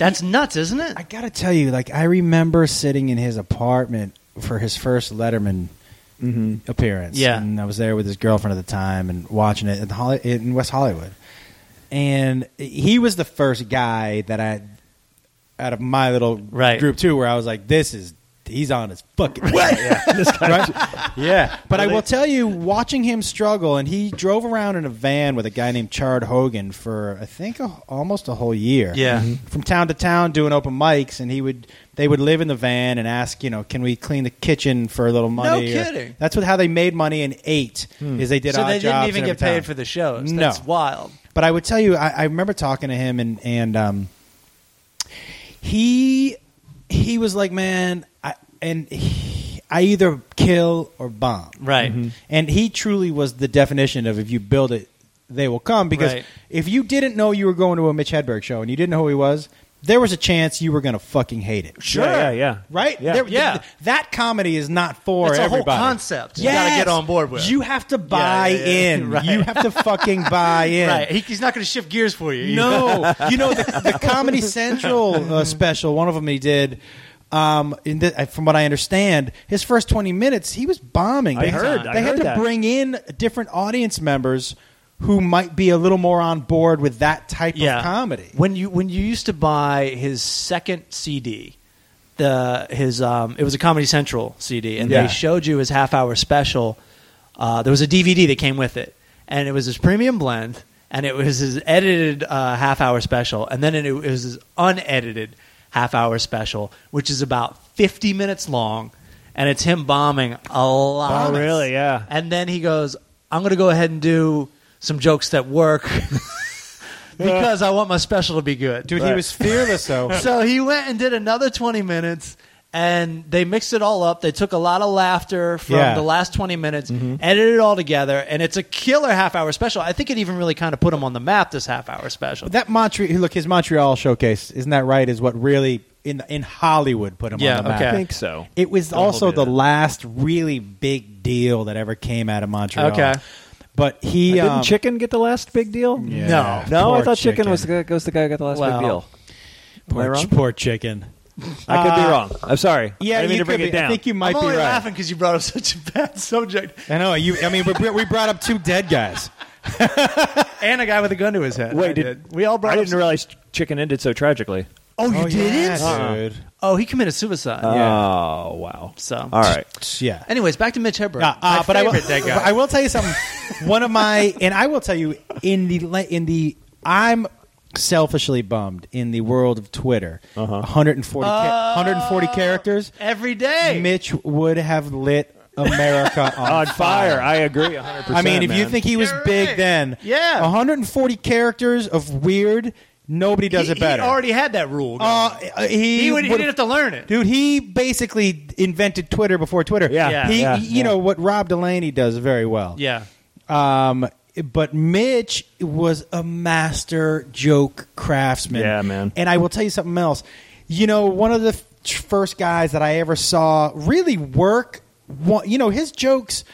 That's nuts, isn't it? I gotta tell you, like I remember sitting in his apartment for his first Letterman appearance. Yeah. and I was there with his girlfriend at the time and watching it in, Holly- in West Hollywood. And he was the first guy that I, out of my little Right. group too, where I was like, "This is he's on his fucking way." Right? yeah. But I will tell you, watching him struggle, and he drove around in a van with a guy named Chard Hogan for I think a, almost a whole year. Yeah. Mhm. from town to town doing open mics, and he would they would live in the van and ask, you know, can we clean the kitchen for a little money? or- kidding. that's what how they made money and ate is they did. so odd they didn't jobs even in get every town. paid for the shows. No. That's wild. But I would tell you, I, I remember talking to him, and and um, he he was like, man, I, and he- I either kill or bomb, Right. Mm-hmm. Mhm. And he truly was the definition of if you build it, they will come. Because Right. if you didn't know you were going to a Mitch Hedberg show and you didn't know who he was, there was a chance you were going to fucking hate it. Sure. Yeah, yeah. yeah. Right? Yeah. There- Yeah. th- that comedy is not for It's a whole everybody. concept you gotta Yes. get on board with. You have to buy Yeah, yeah, yeah. in. Right. You have to fucking buy in. Right. He, he's not going to shift gears for you. No, you know the, the Comedy Central uh, special. One of them he did. Um, in the, uh, from what I understand, his first twenty minutes he was bombing. I they heard, They I had heard to that. bring in different audience members who might be a little more on board with that type of comedy. When you when you used to buy his second CD, the his um, it was a Comedy Central CD, and Yeah. they showed you his half hour special. Uh, there was a DVD that came with it, and it was his premium blend, and it was his edited uh, half hour special, and then it, it was his unedited half hour special, which is about fifty minutes long, and it's him bombing a lot. Oh, really? Yeah. And then he goes, I'm going to go ahead and do some jokes that work because I want my special to be good. Dude, he was fearless though. So he went and did another 20 minutes and they mixed it all up. They took a lot of laughter from Yeah. Mm-hmm. the last 20 minutes, edited it all together, and it's a killer half hour special. I think it even really kind of put him on the map, this half hour special. But that Montreal look, his Montreal showcase, isn't that right? Is what really in in Hollywood put him Yeah, on the map. okay. I think so. It was Don't also hold me the to that. last really big deal that ever came out of Montreal. Okay. But he Didn't um, Chicken get the last big deal? Yeah. No, I Poor thought Chicken, was the guy, was the guy who got the last Well, big deal. Am I poor, wrong? poor chicken. I could uh, be wrong. I'm sorry. Yeah, I didn't mean you to bring could it be- down. I think you might I'm be only right. laughing because you brought up such a bad subject I know you. I mean, we, br- we brought up two dead guys. and a guy with a gun to his head. I Wait, did, we all I brought up didn't some- realize Chicken ended so tragically. Oh, you didn't? yeah, Uh-uh. Uh, dude. Oh, he committed suicide. Oh wow. So All right. Yeah. Anyways, back to Mitch Hedberg. Yeah, uh, My but I will, favorite that guy. but I will tell you something. One of my and I will tell you in the le- in the I'm selfishly bummed in the world of Twitter. Uh-huh. 140 ca- 140 characters. every day. Mitch would have lit America on, On fire. I agree 100%. I mean, if you man. think he was You're big right. then, Yeah. 140 characters of weird. Nobody does he, it better. He already had that rule. Uh, going. uh, he he, would, he would- didn't have to learn it. Dude, he basically invented Twitter before Twitter. Yeah, Yeah. he, yeah, you yeah. know what Rob Delaney does very well. Yeah. Um, but Mitch was a master joke craftsman. Yeah, man. And I will tell you something else. You know, one of the f- first guys that I ever saw really work, one, you know, his jokes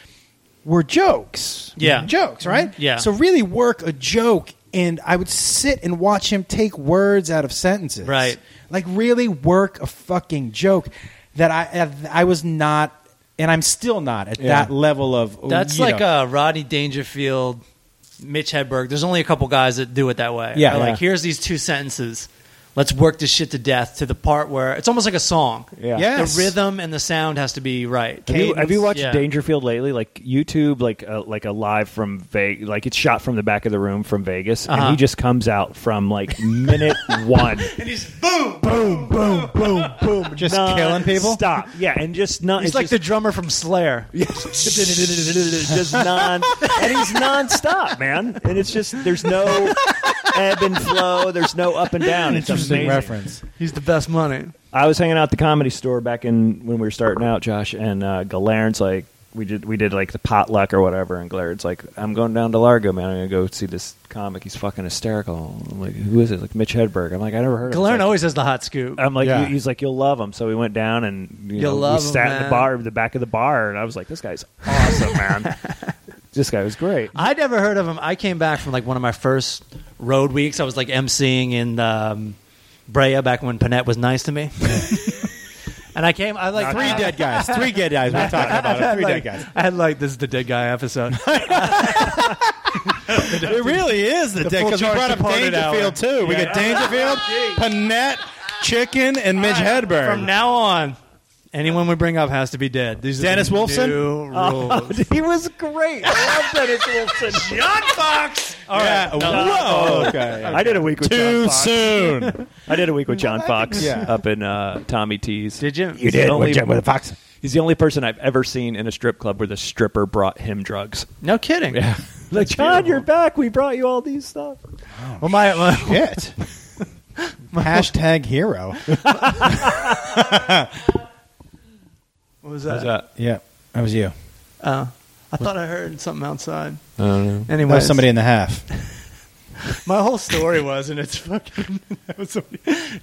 were jokes. Yeah. Mm-hmm. Jokes, right? Yeah. So really work a joke. And I would sit and watch him take words out of sentences. Right. Like really work a fucking joke that I I was not and I'm still not at that level of That's you like know. uh, Rodney Dangerfield, Mitch Hedberg. There's only a couple guys that do it that way. Yeah. They're Like, Yeah. here's these two sentences. Let's work this shit to death to the part where it's almost like a song. Yeah. Yes. The rhythm and the sound has to be right. Have you, have you watched Yeah. Dangerfield lately? Like YouTube, like uh, like a live from Vegas, like it's shot from the back of the room from Vegas, Uh-huh. and he just comes out from like minute one, And he's boom. boom, boom, boom, boom, Just killing people? Stop, yeah, and just not. He's it's like the just, drummer from Slayer. just non, and he's nonstop, man, and it's just there's no ebb and flow, there's no up and down. It's interesting amazing. reference. He's the best money. I was hanging out at the comedy store back in when we were starting out, Josh, and uh, Galern's like we did we did like the potluck or whatever, and Galern's like, I'm going down to Largo, man. I'm gonna go see this comic. He's fucking hysterical. I'm like, who is it? Like Mitch Hedberg. I'm like, I never heard of him. He's Galern like- always has the hot scoop. I'm like, Yeah. he's like, you'll love him. So we went down and you You'll know, love we him, sat in man. the bar, the back of the bar, and I was like, this guy's awesome, man. this guy was great. I'd never heard of him. I came back from like one of my first road weeks. I was like emceeing in um, Brea back when Panette was nice to me. and I came, I had, like Three dead guys. Three dead guys. We're talking about it. Three dead guys. I had like this is the dead guy episode. It really is the, dead full because we charge brought up departed Dangerfield too. We got Dangerfield, Panette, Chicken, and Midge Hedberg. From now on, anyone we bring up has to be dead. These are Dennis the Wolfson? new rules. He was great. I love Dennis Wilson. John Fox. All right. yeah. Whoa. Okay. I did a week with John Too Fox. soon. I did a week with John Fox Yeah. up in uh, Tommy T's. Did you? He's The only, a fox. he's the only person I've ever seen in a strip club where the stripper brought him drugs. No kidding. Like, John, you're back. We brought you all these stuff. Well, my, my Shit. Hashtag hero. what was that? Yeah. That was you. Oh, I thought I heard something outside. I don't know. That Anyway, was somebody in the half. My whole story was, and it's fucking. That was so,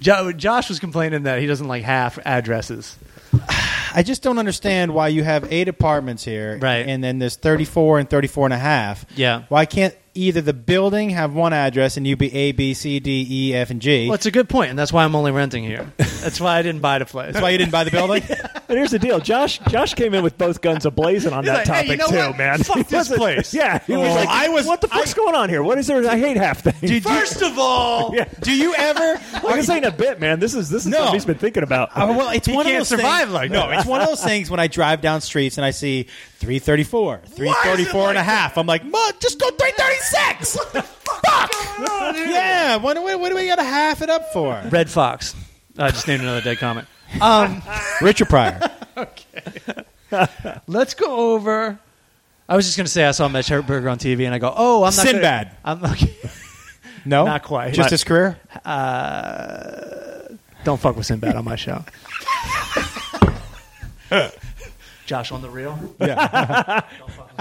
Jo- Josh was complaining that he doesn't like half addresses. I just don't understand why you have eight apartments here, Right. And then there's 34 and 34 and a half. Yeah. Why can't either the building have one address and you be A, B, C, D, E, F, and G. Well, it's a good point, and that's why I'm only renting here. That's why I didn't buy the place. That's why you didn't buy the building? But here's the deal, Josh. Josh came in with both guns ablazing on He's that like, hey, topic you know too, what? man. Fuck He this wasn't- place. Yeah, he was Oh, like, I was- What the fuck's going on here? What is there? I hate half things. Did you- First of all, Yeah. Do you ever? Like, this ain't a bit, man. This is this is No. something he's been thinking about. Uh, well, it's He one can't of those survive things, like no, that. it's one of those things when I drive down streets and I see 334, 334 like and a that? half. I'm like, Mud, just go 336. what the fuck? yeah, what, do we- what do we got to half it up for? Red Fox. I just named another dead comment. Richard Pryor. Let's go over. I was just going to say I saw Mitch Herberger on TV, and I go, "Oh, I'm not gonna- Sinbad. I'm okay. No? Not quite. Just Not- his career? Don't fuck with Sinbad on my show." Josh on the reel. I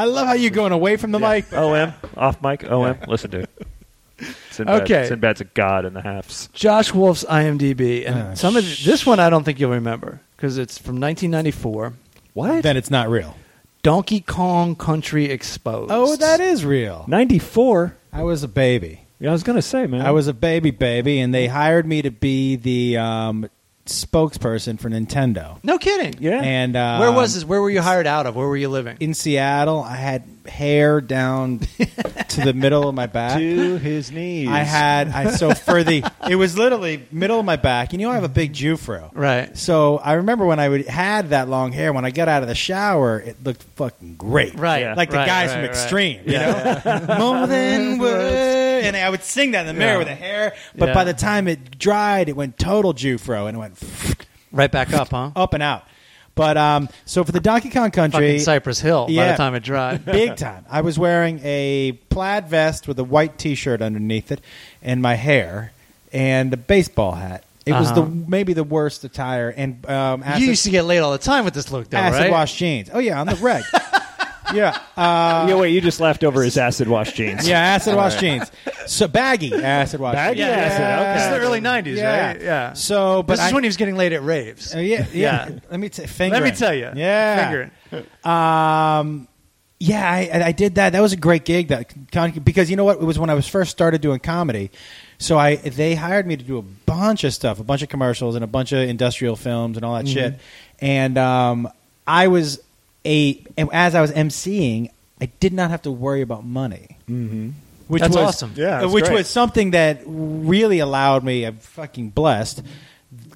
love how you're going away from the mic. OM off mic. OM. Listen to it. Sinbad, Okay. Sinbad's a god in the halves. Josh Wolf's IMDb, and Ah, some of the- this one I don't think you'll remember because it's from 1994. What? Then it's not real. Donkey Kong Country Exposed. Oh, that is real. Ninety four. I was a baby. Yeah, I was gonna say, man. I was a baby, baby, and they hired me to be the um, spokesperson for Nintendo. no kidding. Yeah. And um, Where was this? Where were you hired out of? Where were you living? in Seattle, I had hair down to the middle of my back. to his knees. I had I so for the it was literally middle of my back. You know I have a big Jufro. Right. So I remember when I would, had that long hair. When I got out of the shower, it looked fucking great. Right, Yeah. Like the right, guys right, from right. Extreme. You know, more than words. And I would sing that in the mirror Yeah. with the hair. But Yeah. by the time it dried, it went total Jufro and it went Right back up, huh? up and out. But um, so for the Donkey Kong Country, Fucking Cypress Hill by Yeah. the time it dried. Big time. I was wearing a plaid vest with a white T-shirt underneath it, and my hair, and a baseball hat. It was Uh-huh. the maybe the worst attire. And um, acid, you used to get laid all the time with this look, though, acid right? wash jeans. Oh yeah, on the reg. yeah, uh, yeah, wait. You just laughed over his acid wash jeans. yeah, acid wash jeans. So baggy acid wash. Baggy jeans. Yeah, acid. Yeah. This Okay. is the early '90s, Yeah. right? Yeah. So, but this is I- when he was getting laid at raves. Uh, yeah, yeah, Yeah. Let me t- Let fingering. me tell you. Yeah, Fingering. Um, yeah, I, and I did that. That was a great gig. That con- because you know what? It was when I was first started doing comedy. So I they hired me to do a bunch of stuff, a bunch of commercials, and a bunch of industrial films and all that Mm-hmm. shit. And um, I was a as I was emceeing, I did not have to worry about money. Mm-hmm. Which That's was awesome. Yeah, that's which great. was something that really allowed me. I'm fucking blessed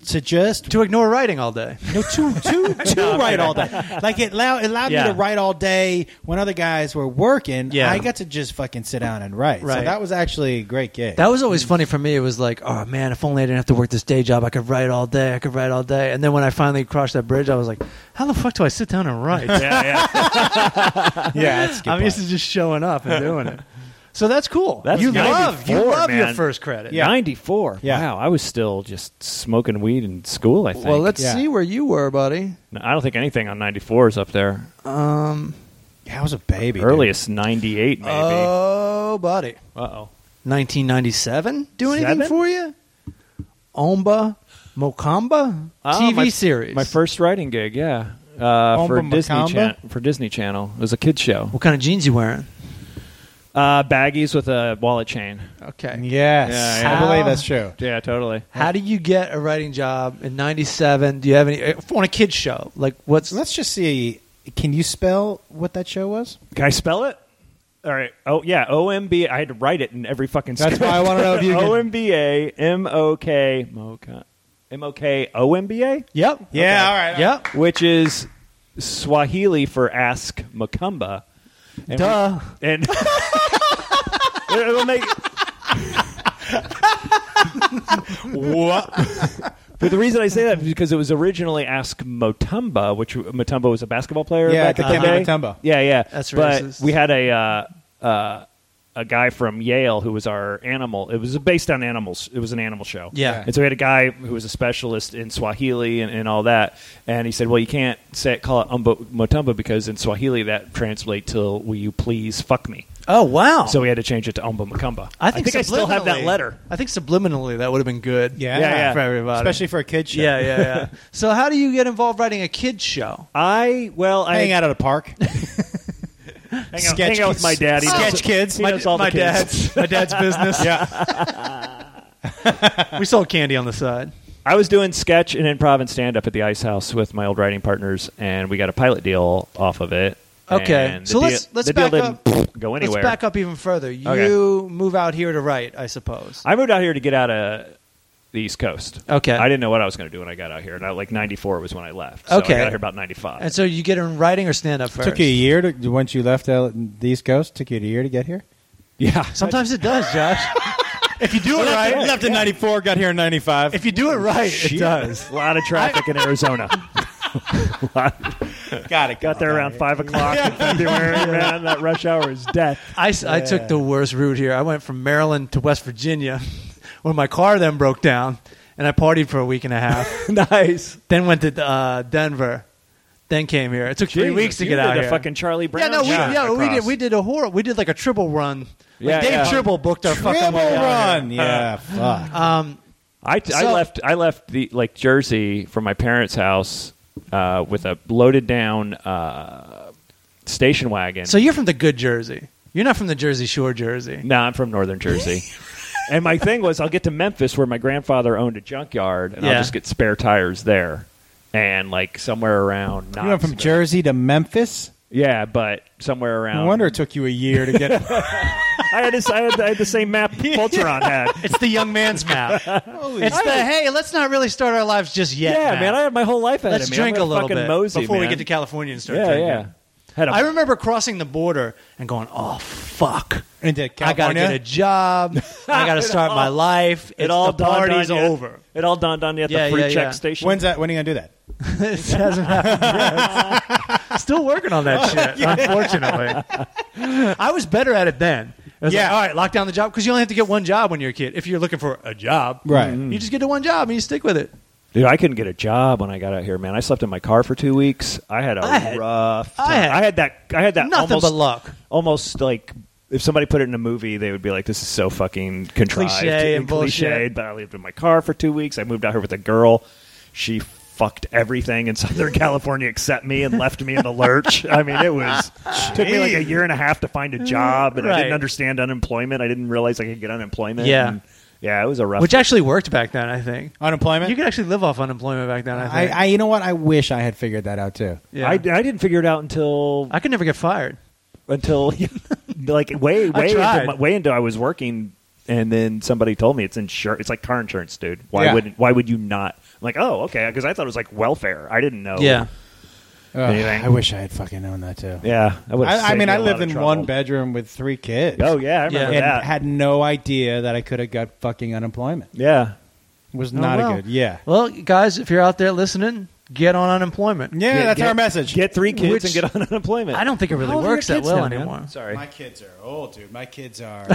to just To ignore writing all day. no, two, two, two right all day. Like it allowed, it allowed Yeah. me to write all day when other guys were working. Yeah. I got to just fucking sit down and write. So Right. that was actually a great gig. That was always funny for me. It was like, oh man, if only I didn't have to work this day job, I could write all day. I could write all day. And then when I finally crossed that bridge, I was like, how the fuck do I sit down and write? Yeah, yeah. yeah, that's a good I'm point. used to just showing up and doing it. So that's cool. That's you love you 94, love your man. first credit. 94. Yeah. Wow, I was still just smoking weed in school, I think. Well, let's Yeah. see where you were, buddy. No, I don't think anything on 94 is up there. Um, Yeah, I was a baby. dude. Earliest 98, maybe. Uh, oh, buddy. Uh-oh. 1997. Do anything Seven? for you? Omba Mokamba Oh, TV my- series. My first writing gig, yeah. Uh, for Omba Disney Makamba? Chan- for Disney Channel. It was a kid show. What kind of jeans you wearing? Uh, baggies with a wallet chain. Okay. Yes, Yeah, yeah. I believe that's true. Yeah, totally. How do you get a writing job in '97? Do you have any eh, on a kids show? Like what's Let's just see. Can you spell what that show was? Can I spell it? All right. Oh yeah, O M B. I had to write it in every fucking. That's script. why I wanna know if you can- O M B A M O K M O K O M B A, Yep. Yeah, all right, all Yep. which is Swahili for ask Makumba. And we- Duh. and it'll make. What? But the reason I say that is because it was originally Ask Motumba, which Motumba was a basketball player. Yeah, back in Dikembe the day. Mutombo. Yeah, yeah. That's but racist. we had a uh, uh, a guy from Yale who was our animal. It was based on animals. It was an animal show. Yeah. And so we had a guy who was a specialist in Swahili and, and all that, and he said, "Well, you can't say call it Umbo Motumba because in Swahili that translates to "Will you please fuck me?" Oh wow. So we had to change it to Umbo Makumba. I think, I, still have that subliminally- letter. I think subliminally that would have been good. Yeah, Yeah, yeah. for everybody. Especially for a kid show. yeah, yeah, yeah. so how do you get involved writing a kids show? I well, I Hang out at a park. Hang out, hang out with my daddy. Sketch kids. He knows all the my kids. dad's my dad's business. yeah. we sold candy on the side. I was doing sketch and improv and stand up at the Ice House with my old writing partners, and we got a pilot deal off of it. Okay. And the So let's- deal- let's the deal back up. didn't Go anywhere. Let's back up even further. You Okay. move out here to write, I suppose. I moved out here to get out of the East Coast. Okay. I didn't know what I was going to do when I got out here, and I, like '94 was when I left. So Okay. I got out here about '95. and so you get in writing or stand up first. Took you a year to once you left L- the East Coast. Took you a year to get here. yeah. Sometimes it does, Josh. if you do it right, left in '94, got here in '95. if you do it right, it does. A lot of traffic in Arizona. got it, Got there around five o'clock in February. Man, that rush hour is death. I, s- I took the worst route here. I went from Maryland to West Virginia, where my car then broke down, and I partied for a week and a half. nice. then went to uh, Denver. Then came here. It took three weeks to you get did out the here. Fucking Charlie yeah, Brown. no, we, shot yeah, we did. across. We did a horror. We did like a triple run. Yeah, like Dave yeah. Tribble booked our fucking Triple way out here. run. Yeah, fuck. I, I So- left I left the like Jersey from my parents' house uh, with a loaded down uh, station wagon. So you're from the good Jersey. You're not from the Jersey Shore Jersey. no, I'm from Northern Jersey. and my thing was I'll get to Memphis where my grandfather owned a junkyard, and Yeah. I'll just get spare tires there, and like somewhere around. you went from Knoxville. Jersey to Memphis. Yeah, but somewhere around. No wonder it took you a year to get. I had, this, I, had I had the same map Polteron had. It's the young man's map. it's the hey, let's not really start our lives just yet. Yeah, map. man, I had my whole life ahead let's of me. drink I'm a little fucking bit mosey, before we man. get to California and start Yeah, drinking. yeah. Had a- I remember crossing the border and going, "Oh fuck." into I gotta California? get a job. I gotta start my life. it It's- all the dawned on party's you- over. It all dawned on you at Yeah, the free yeah, check yeah. station. When's that? When are you gonna do that? it hasn't happened yet. Still working on that shit, unfortunately. I was better at it then. I was Yeah. like, all right, lock down the job because you only have to get one job when you're a kid. If you're looking for a job, Right. You just get to one job and you stick with it. Dude, I couldn't get a job when I got out here, man. I slept in my car for two weeks. I had a I had- rough. I Time. I, had- had, that. I had that. Nothing almost, but luck. Almost like if somebody put it in a movie, they would be like, "This is so fucking contrived Cliche and bullshit. cliched." But I lived in my car for two weeks. I moved out here with a girl. She fucked everything in Southern California except me and left me in the lurch. I mean, it was took me like a year and a half to find a job, and I Right. didn't understand unemployment. I didn't realize I could get unemployment. Yeah. And, yeah, it was a rough. Which actually worked back then, I think. Unemployment. You could actually live off unemployment back then, I I, think. I, you know what? I wish I had figured that out too. yeah. I, I didn't figure it out until I could never get fired. until like way I way tried. into, my- way into I was working, and then somebody told me it's insurance. It's like car insurance, dude. Why Yeah. wouldn't? Why would you not? I'm like, oh, okay, because I thought it was like welfare. I didn't Oh, know. Yeah. Ugh, Anything. I wish I had fucking known that too. yeah. That would've I, I saved mean, me a I lot lived of in trouble. one bedroom with three kids. Oh yeah, I Yeah. remember and that. had no idea that I could have got fucking unemployment. yeah, Was Oh, not well. a good. Yeah, Well, guys, if you're out there listening, get on unemployment. yeah, Get- that's get- our message. get three kids and Which- get on unemployment. I don't think it really How old are works your that kids well now, man? anymore. Sorry, kids are old, dude. My kids are.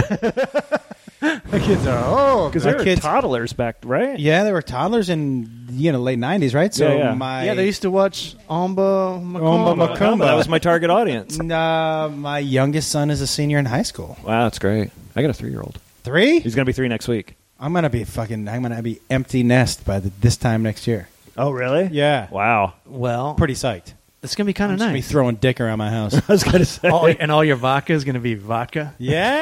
My kids are oh, because my they were kids- toddlers back, right? yeah, they were toddlers in you know late nineties, right? So Yeah, yeah. my yeah, they used to watch Omba Oh, Omba Omba Mac- Macumba. That was my target audience. uh, my youngest son is a senior in high school. wow, that's great. I got a three-year-old. Three? He's gonna be three next week. I'm gonna be fucking. I'm gonna be empty nest by the, this time next year. Oh, really? Yeah, Wow. Well, pretty psyched. it's gonna be kind I'm of just gonna be nice. throwing dick around my house. I was gonna say. All- and all your vodka is gonna be vodka. yeah,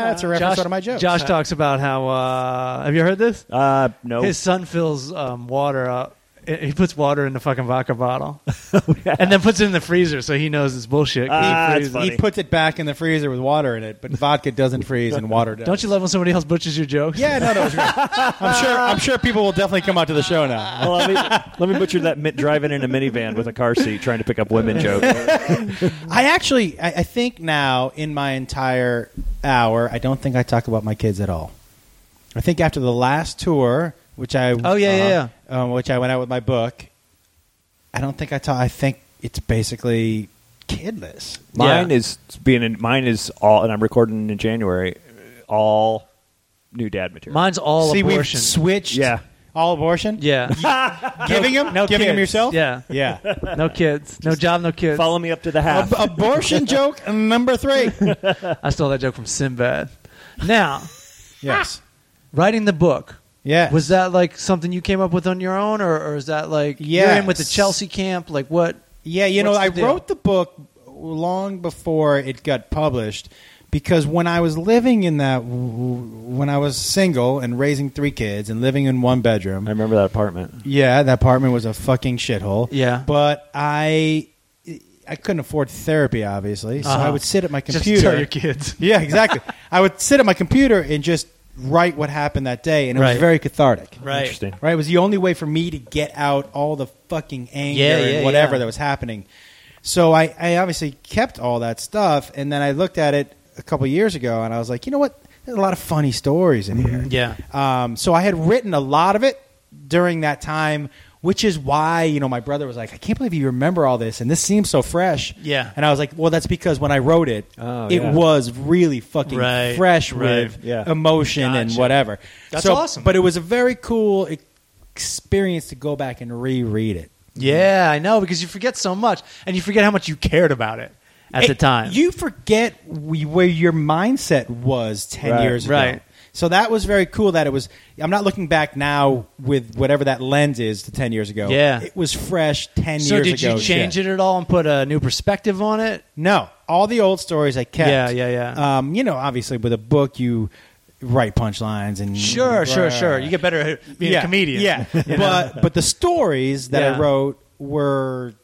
that's a reference to one of my jokes. Josh talks about how. Uh, have you heard this? Uh, no. His son fills um, water up. He puts water in the fucking vodka bottle, Oh, and then puts it in the freezer so he knows it's bullshit. 'cause he Ah, it's freezes. funny. He puts it back in the freezer with water in it, but vodka doesn't freeze and water does. Don't you love when somebody else butchers your jokes? Yeah, no, no. it's great. I'm sure. I'm sure people will definitely come out to the show now. Well, let, me, let me butcher that mi- driving in a minivan with a car seat trying to pick up women joke. I actually, I, I think now in my entire hour, I don't think I talk about my kids at all. I think after the last tour, which I Oh, yeah, yeah, yeah, um, which I went out with my book. I don't think I talk. I think it's basically kidless. Mine Yeah. is being in, mine is all, and I'm recording in January. All new dad material. Mine's all See, abortion. we've switched. Yeah. all abortion. yeah, giving him, no giving him kids. yourself. Yeah, yeah. no kids, no job, no kids. Follow me up to the half. Ab- abortion joke number three. I stole that joke from Sinbad. Now, yes. writing the book Yeah. was that like something you came up with on your own, or, or is that like you're in with the Yes. Chelsea camp? Like what? Yeah, you know, What's the I deal? wrote the book long before it got published because when I was living in that, when I was single and raising three kids and living in one bedroom, I remember that apartment. yeah, that apartment was a fucking shithole. Yeah. but I I couldn't afford therapy, obviously, so I Uh-huh. would sit at my Just computer. tell your kids. yeah, exactly. I would sit at my computer and just write what happened that day, and it Right. was very cathartic. Right. Interesting. Right, it was the only way for me to get out all the fucking anger Yeah, yeah, and whatever yeah. that was happening. So I, I obviously kept all that stuff, and then I looked at it a couple years ago, and I was like, you know what? There's a lot of funny stories in here. Yeah. Um, so I had written a lot of it during that time, which is why you know my brother was like, "I can't believe you remember all this, and this seems so fresh." Yeah. and I was like, "Well, that's because when I wrote it, Oh, it yeah. was really fucking Right, fresh right. with Yeah. emotion and Gotcha. whatever." That's So- awesome. But it was a very cool experience to go back and reread it Yeah, I know because you forget so much, and you forget how much you cared about it at It- the time. You forget we, where your mindset was ten Right. years ago. Right. So that was very cool. That it was. I'm not looking back now with whatever that lens is to ten years ago. Yeah. it was fresh ten so years did ago. you change it at all and put a new perspective on it? No, all the old stories I kept. Yeah, yeah, yeah. Um, you know, obviously with a book you write punchlines and Sure, sure, sure. You get better at being yeah, a comedian. Yeah, but but the stories that Yeah. I wrote were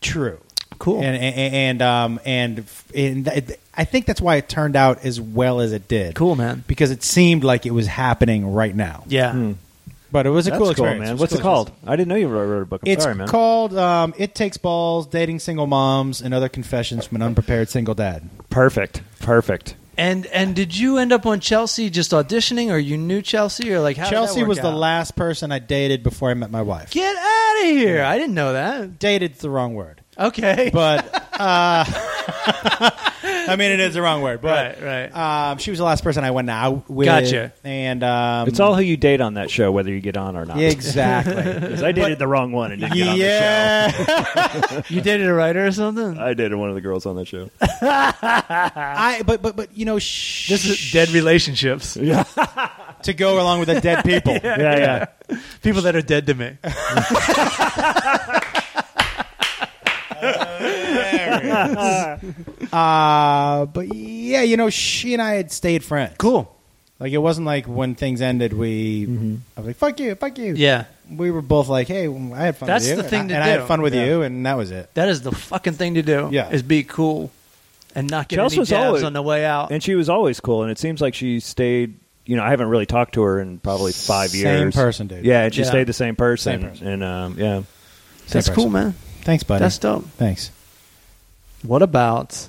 true. Cool. and and and, um, and, and th- I think that's why it turned out as well as it did. Cool, man. because it seemed like it was happening right now. yeah. but it was a That's cool cool, experience. man. was What's cool it called? experience. I didn't know you wrote, wrote a book. I'm It's sorry, man. called um, "It Takes Balls: Dating Single Moms and Other Confessions from an Unprepared Single Dad." Perfect. Perfect. And and did you end up on Chelsea just auditioning, or you knew Chelsea, or like how did that Chelsea work was the out? last person I dated before I met my wife. Get out of here! I didn't know that. Dated's the wrong word. Okay, but uh, I mean, it is the wrong word. But Right, Um, she was the last person I went out with. Gotcha. And um, It's all who you date on that show, whether you get on or not. exactly. 'Cause I dated the wrong one and didn't get on the yeah, you dated a writer or something. show. I dated one of the girls on that show. I. But but but you know, sh- this is dead relationships. to go along with the dead people. yeah, yeah. People that are dead to me. Uh, but yeah, you know, she and I had stayed friends. Cool. Like it wasn't like when things ended, we I was like, "Fuck you, fuck you." Yeah, we were both like, "Hey, I had fun." That's with you, the thing and to I, and I do. had fun with Yeah. you, and that was it. that is the fucking thing to do. Yeah. is be cool and not get Chelsea any was jabs always- on the way out. And she was always cool, and it seems like she stayed. You know, I haven't really talked to her in probably five Same years. person, dude. Yeah, and she Yeah. stayed the same person. Same person. And um, yeah, That's Same person. cool, man. Thanks, buddy. That's dope. Thanks. What about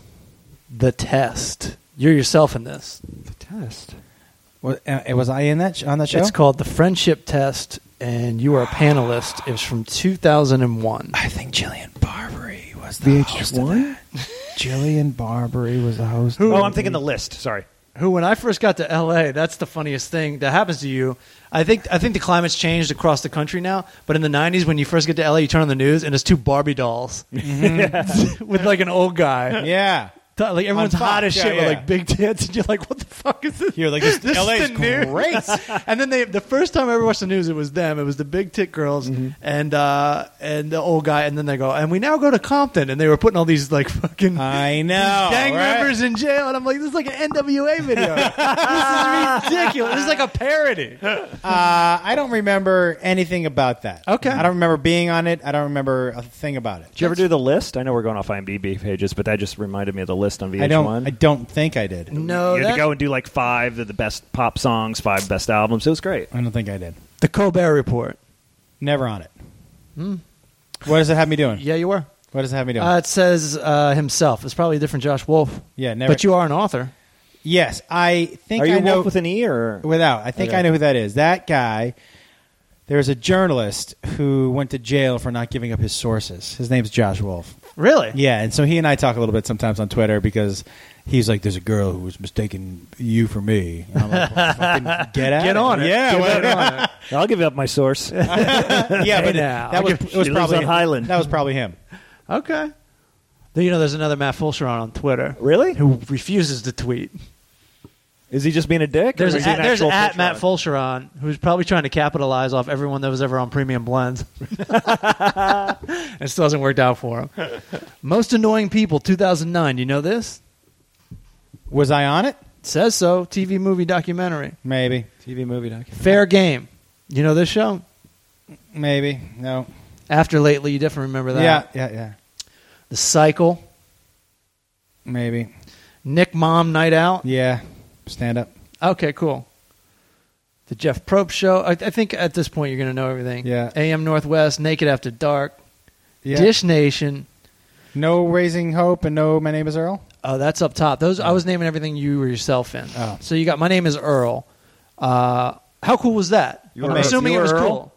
the test? You're yourself in this. the test. What, uh, was I in that sh- on that show? It's called the Friendship Test, and you were a panelist. It was from 2001. I think Jillian Barbary was the host of that. Jillian Barbary was the host. of Oh, that. I'm thinking the list. Sorry. Who, when I first got to LA, that's the funniest thing that happens to you. I think I think the climate's changed across the country now, but in the 90s, when you first get to LA, you turn on the news and it's two Barbie dolls with like an old guy. Mm-hmm. Yeah. Like everyone's On Fox, hot as yeah, shit with yeah. like big tits, and you're like, what the fuck is this? You're like, this, This LA is is the news. great. and then they, the first time I ever watched the news, it was them. It was the big tit girls Mm-hmm. and uh, and the old guy. And then they go, and we now go to Compton, and they were putting all these like fucking I know. gang right? members in jail. And I'm like, this is like an NWA video. this is ridiculous. This is like a parody. Uh, I don't remember anything about that. Okay. I don't remember being on it. I don't remember a thing about it. Did you ever do the list? I know we're going off IMDb pages, but that just reminded me of the list on VH1. I don't. I don't think I did. No, you had Oh, that- to go and do like five of the best pop songs, five best albums. It was great. I don't think I did. the Colbert Report. Never on it. What does it have me doing? Hmm. Yeah, you were. What does it have me doing? Uh, it says uh, himself. It's probably a different Josh Wolf. Yeah, never- But you are an author. yes, I think Are you I know. Wolf with an E or Without. I think Okay. I know who that is. That guy. There's a journalist who went to jail for not giving up his sources. His name's Josh Wolf. Really? Yeah, and so he and I talk a little bit sometimes on Twitter because he's like, "There's a girl who was mistaken you for me." And I'm like, well, fucking get out, Get on it. yeah, well, I'll give up my source. yeah, but now. that was She it was lives probably on Highland. That was probably him. Okay. Then, You know, there's another Matt Fulcheron on Twitter really? who refuses to tweet. Is he just being a dick? or There's is he at, an there's actual at Voltron? Matt Fulcheron who's probably trying to capitalize off everyone that was ever on Premium Blends. it still hasn't worked out for him. Most annoying people, 2009. You know this? Was I on it? Says so. TV movie documentary. Maybe TV movie doc. Fair game. You know this show? Maybe no. After lately, you definitely remember that. Yeah, yeah, yeah. The cycle. Maybe. Nick Mom Night Out. Yeah. Stand up. Okay, cool. The Jeff Probst Show. I, I think at this point you're going to know everything. Yeah. AM Northwest, Naked After Dark, Yeah. Dish Nation. No raising hope and no. My name is Earl. Oh, that's up top. Those I was naming everything you were yourself in. Oh. So you got my name is Earl. Uh, how cool was that? You I'm were- assuming you it were was Earl? cool.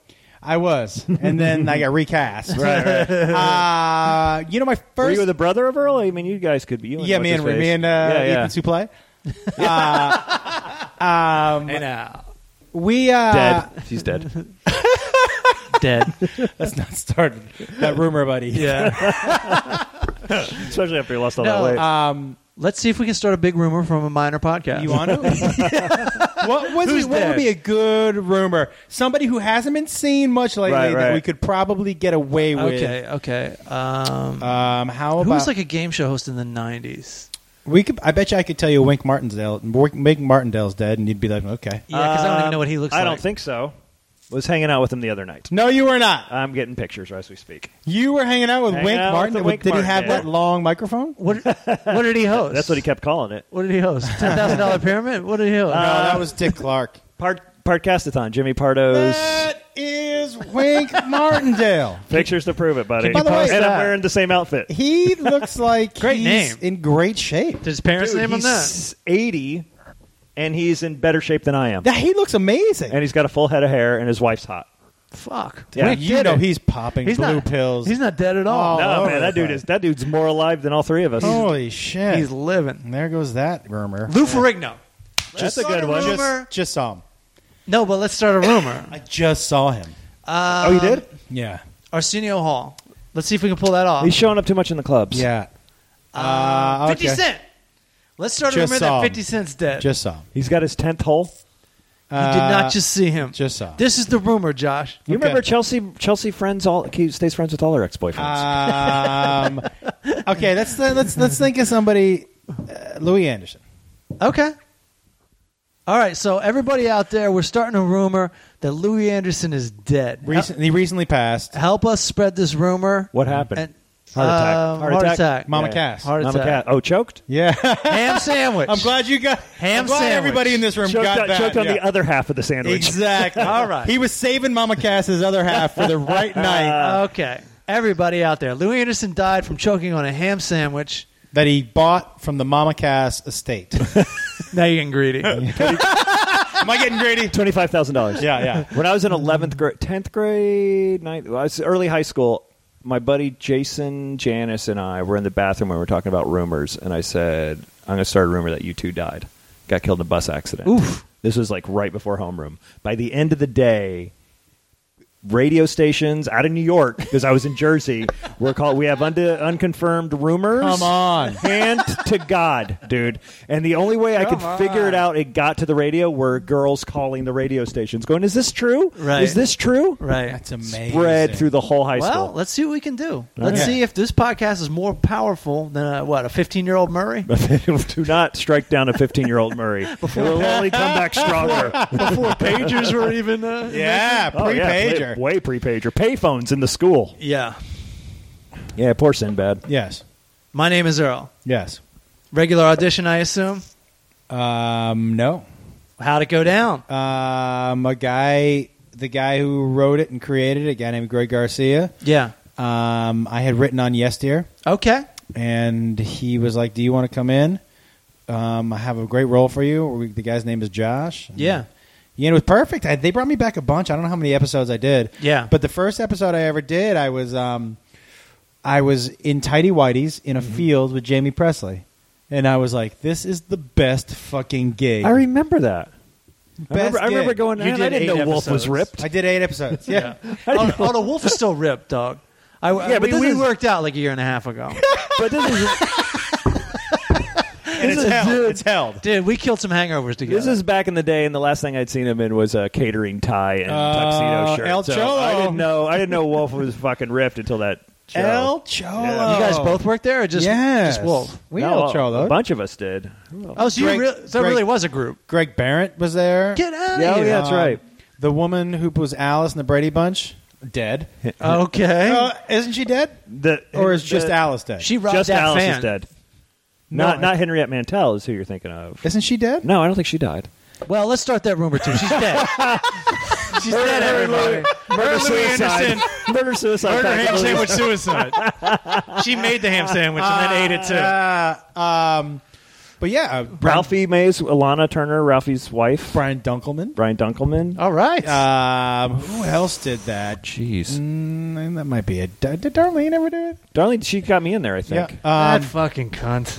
I was, and then I got recast. Right. right. Uh, you know my Were first. you the brother of Earl? I mean, you guys could be. You yeah, me and me and uh, yeah, Ethan Suplee. uh, um, Hey now. we uh, yeah. dead. He's dead. Dead. Let's not start that rumor, buddy. yeah. Especially after he lost all No, that weight. Um, Let's see if we can start a big rumor from a minor podcast. you want to? what was Who's what dead? would be a good rumor? Somebody who hasn't been seen much lately Right, that right. we could probably get away with. Okay, okay. Um, Um, how who was about like a game show host in the 90s? we could? I bet you I could tell you Wink Martindale. Wink Martindale's dead, and you'd be like, okay. Yeah, because I don't even Uh, Um, know what he looks I like. don't think so. Was hanging out with him the other night. No, you were not. I'm getting pictures as we speak. You were hanging out with Hanging Wink out with Martindale. the Wink Did he have that Martindale. long microphone? What, what did he host? That's what he kept calling it. What did he host? Ten thousand dollar pyramid. What did he host? no, that was Dick Clark. Part Partcastathon. Jimmy Pardo's That is Wink Martindale. pictures to prove it, buddy. By the way- and that? I'm wearing the same outfit. He looks like Great he's name. in great shape. Did his parents Dude, name him that? he's 80, and he's in better shape than I am. That he looks amazing. and he's got a full head of hair, and his wife's hot. Fuck. Yeah. Wink, you did know it. he's popping He's blue not, pills. He's not dead at all. Oh, No, over man, that the dude place. is that dude's more alive than all three of us. Holy shit! He's living. there goes that rumor. Lou Ferrigno. That's a good one. Rumor. Just saw him. No, but let's start a rumor. I just saw him. Uh, oh, you did? Yeah. Arsenio Hall. Let's see if we can pull that off. He's showing up too much in the clubs. Yeah. Uh, Uh, Fifty okay. Cent. Let's start a Just rumor saw that him. Fifty Cent's dead. Just saw him. he's got his tenth hole. you did not just see him. just saw him. This is the rumor, Josh. You Okay. remember Chelsea? Chelsea friends all he stays friends with all her ex Uh, boyfriends. Um, okay, let's let's let's think of somebody. Uh, Louis Anderson. Okay. All right, so everybody out there, we're starting a rumor that Louis Anderson is dead. Recent, he recently passed. Help us spread this rumor. what happened? And- heart attack. Um, heart, heart attack. attack. Mama Yeah. Cass. Heart Mama attack. Cat. Oh, choked. Yeah. Ham sandwich. I'm glad you got. Ham I'm glad sandwich. everybody in this room Choked, got on, that. choked on yeah. the other half of the sandwich. Exactly. All right. He was saving Mama Cass's other half for the right night Okay. Everybody out there, Louis Anderson died from choking on a ham sandwich. that he bought from the Mama Cass estate. Now you're getting greedy. Am I getting greedy? Twenty five thousand dollars. Yeah, yeah. When I was in eleventh grade, tenth grade, ninth, well, I was early high school. My buddy Jason Janice and I were in the bathroom and we were talking about rumors, and I said, "I'm going to start a rumor that you two died, got killed in a bus accident." Oof. This was like right before homeroom. By the end of the day, radio stations out of New York, because I was in Jersey, were called. We have un- unconfirmed rumors. Come on. Hand to God, dude. And the only way I could figure it out, it got to the radio, were girls calling the radio stations, going, "Is this true? Right. Is this true?" right. That's amazing. Spread through the whole high Well, school. let's see what we can do. Let's right. see if this podcast is more powerful than a, what a 15 year old Murray. Do not strike down a 15 year old Murray. It will only come back stronger. Before pagers were even. Uh, Yeah, Oh, pre yeah, pager. way, way pre pager. Payphones in the school. Yeah. Yeah, poor Sinbad. Yes. My name is Earl. Yes. Regular audition, I assume. Um, no. How'd it go down? Um, a guy, the guy who wrote it and created it, a guy named Greg Garcia. Yeah. Um, I had written on Yes Dear, Okay. and he was like, "Do you want to come in? Um, I have a great role for you." We- The guy's name is Josh. And, Yeah. Yeah, it was perfect. I, they brought me back a bunch. I don't know how many episodes I did. Yeah. But the first episode I ever did, I was um, I was in tidy whities in a Mm-hmm. field with Jamie Presley, and I was like, "This is the best fucking gig." I remember that. I remember, Best I remember gig. going, You "Man, I did didn't know eight Wolf was episodes. ripped. I did eight episodes. Yeah. oh, oh, the wolf is still ripped, dog. I, yeah, but we, this we is- worked out like a year and a half ago. But this is. and it's is- held. dude. It's held. Dude, we killed some hangovers together. This is back in the day, and the last thing I'd seen him in was a catering tie and Uh, tuxedo shirt. El so Cholo. I didn't know. I didn't know Wolf was fucking ripped until that. show. El Cholo. Yeah. you guys both worked there, or just oh. Yes. just Wolf? We No, El a- Cholo. uh, A bunch of us did. Oh, so Greg- you really, so it Greg- really was a group. Greg Barrett was there. Get out Yeah, oh, of yeah, here! that's right. Um, The woman who was Alice in the Brady Bunch, dead. Okay, Uh, isn't she dead? The, Or is the- just Alice dead? she robbed just that Alice fan. is dead. No, not I- not Henriette Mantel is who you're thinking of. Isn't she dead? No, I don't think she died. Well, let's start that rumor too. She's dead. She's dead, everybody. Murder suicide. Murder suicide. faculty. suicide. she made the ham sandwich and then ate it too. um, but yeah, uh, Brian, Ralphie Mays, Alana Turner, Ralphie's wife, Brian Dunkelman. Brian Oh. Dunkelman. All right. Um, who else did that? Jeez, Mm, that might be it. Did did Darlene ever do it? darling, she got me in there. I think. Yeah. Um, that fucking cunt.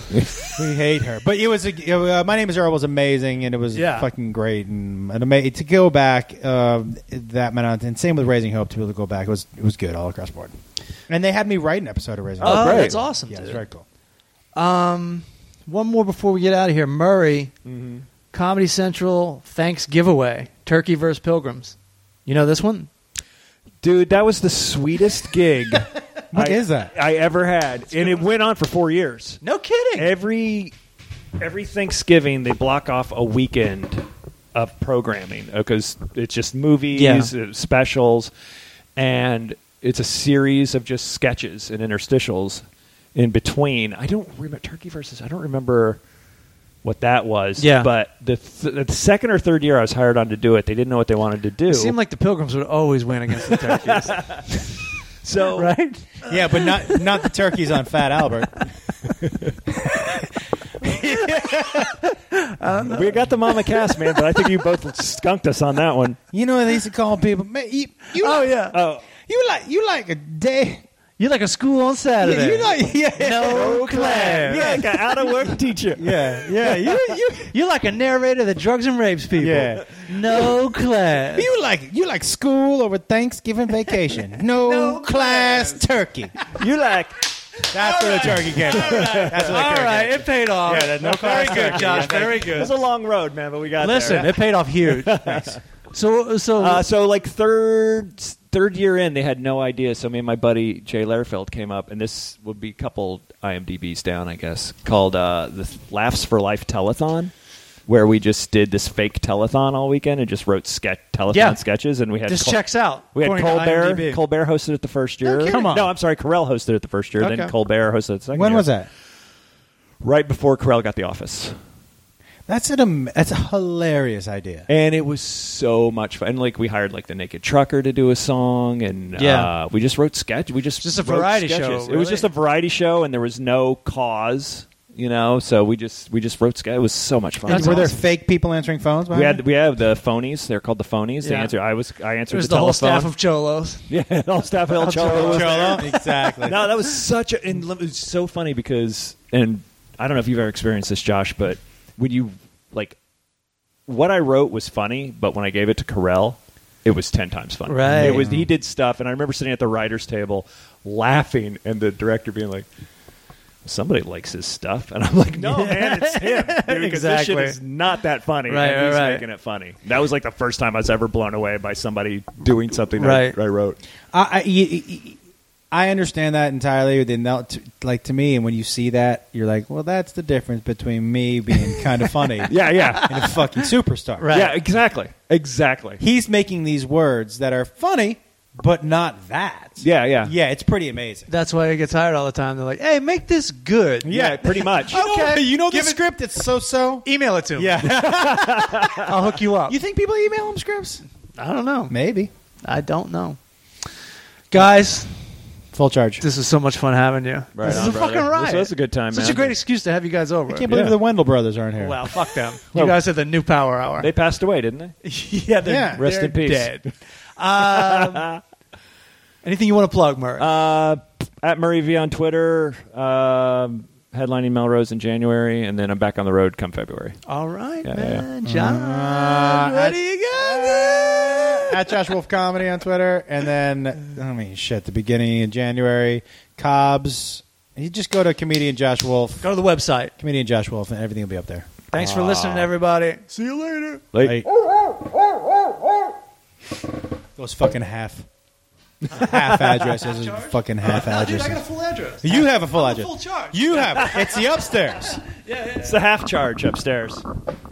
we hate her. But it was. A, it, uh, My name is Earl was amazing, and it was Yeah. fucking great and, and ama- to go back uh, that meant and same with Raising Hope to be able to go back it was it was good all across the board. And they had me write an episode of Raising Oh, Hope. great. that's awesome. Yeah, it was dude. very cool. Um, one more before we get out of here. Murray, Comedy Central Thanks giveaway: Turkey versus Pilgrims. You know this one? Dude, that was the sweetest gig. What I- is that? I ever had, and it went on for four years. No kidding. Every every Thanksgiving, they block off a weekend of programming because it's just movies, Yeah. uh, specials, and it's a series of just sketches and interstitials in between. I don't remember Turkey versus. I don't remember what that was. Yeah. but the, th- the second or third year I was hired on to do it, they didn't know what they wanted to do. It seemed like the Pilgrims would always win against the Turkeys, so right? Yeah, but not not the turkeys on Fat Albert. We got the mama cast, man, but I think you both skunked us on that one. You know they used to call people. Man, you, you Oh like, yeah. Oh, you like you like a day. You're like a school on Saturday. You like yeah no class. yeah, like an out of work teacher. yeah yeah you you. You're like a narrator that drugs and rapes people. Yeah. No class. You like you like school over Thanksgiving vacation. No, class, turkey. You like That's where the turkey came from. That's where the All turkey right, came it paid off. Yeah, that- no Very class good, turkey, Josh. I think. Very it good. was a long road, man, but we got Listen, there. it paid off huge. so, so Uh, so like third third year in, they had no idea. So me and my buddy Jay Lehrfeld came up, and this would be a couple IMDb's down, I guess, called uh, the Laughs for Life Telethon. Where we just did this fake telethon all weekend and just wrote sketch telethon Yeah. sketches, and we had this Col- checks out. We had according to Colbert. IMDb. Colbert hosted it the first year. kidding. Come on. No, I'm sorry. Carell hosted it the first year. Okay. Then Colbert hosted it the second when year. was that? Right before Carell got the office. That's an am- that's a hilarious idea. And it was so much fun. And like we hired like the Naked Trucker to do a song, and Yeah. uh, we just wrote sketch. We just Just a wrote variety show, sketches. It really. was just a variety show, and there was no cause, you know. So we just we just wrote sketch. It was so much fun. And That's were there awesome. fake people answering phones? we had we had the phonies. They're called the phonies. They Yeah. answer. I was I answered It was the, the whole telephone. staff of cholos. yeah, the whole staff of El Cholo was exactly. no, that was such a. And it was so funny because, and I don't know if you've ever experienced this, Josh, but when you like, what I wrote was funny, but when I gave it to Carell, it was ten times funny. Right. It was. He did stuff, and I remember sitting at the writers' table laughing, and the director being like. Somebody likes his stuff, and I'm like, no, man, it's him. Dude, 'cause This shit Exactly. is not that funny. Right, and he's right, right. making it funny. That was like the first time I was ever blown away by somebody doing something Right. that I wrote. I, I- y- y- y- I understand that entirely. Then that- t- like to me, and when you see that, you're like, well, that's the difference between me being kind of funny and Yeah, yeah. a fucking superstar. Right. Yeah, exactly. Exactly. He's making these words that are funny, but not that. Yeah, yeah. Yeah, it's pretty amazing. That's why he gets hired all the time. They're like, "Hey, make this good." Yeah, pretty much. Okay. you know the Give it- script. It's so so. Email it to him. Yeah, I'll hook you up. you think people email them scripts? I don't know. Maybe I don't know. Guys, full charge. this is so much fun having you. Right this on, is a brother. fucking This riot. was a good time, Such man. a great excuse to have you guys over. I can't believe Yeah. the Wendell brothers aren't here. Wow, fuck them. Well- you guys are the new power hour. They passed away, didn't they? yeah, they're, Yeah. Rest they're in peace. Dead. Um, anything you want to plug, Murray? Uh, at Murray V on Twitter, um, headlining Melrose in January, and then I'm back on the road come February. All right, yeah, Mm-hmm. man. John, what I- do you got? there? Uh, at Josh Wolf Comedy on Twitter, and then I mean, shit, the beginning of January, Cobb's You just go to comedian Josh Wolf, Go to the website. comedian Josh Wolf, and everything will be up there. Thanks for Ah. listening, everybody. See you later. Like, Like, those fucking half half addresses, are fucking half No, dude, I got a addresses. full address. You have a full address. Full charge. You have. It's the upstairs. it's the half charge upstairs.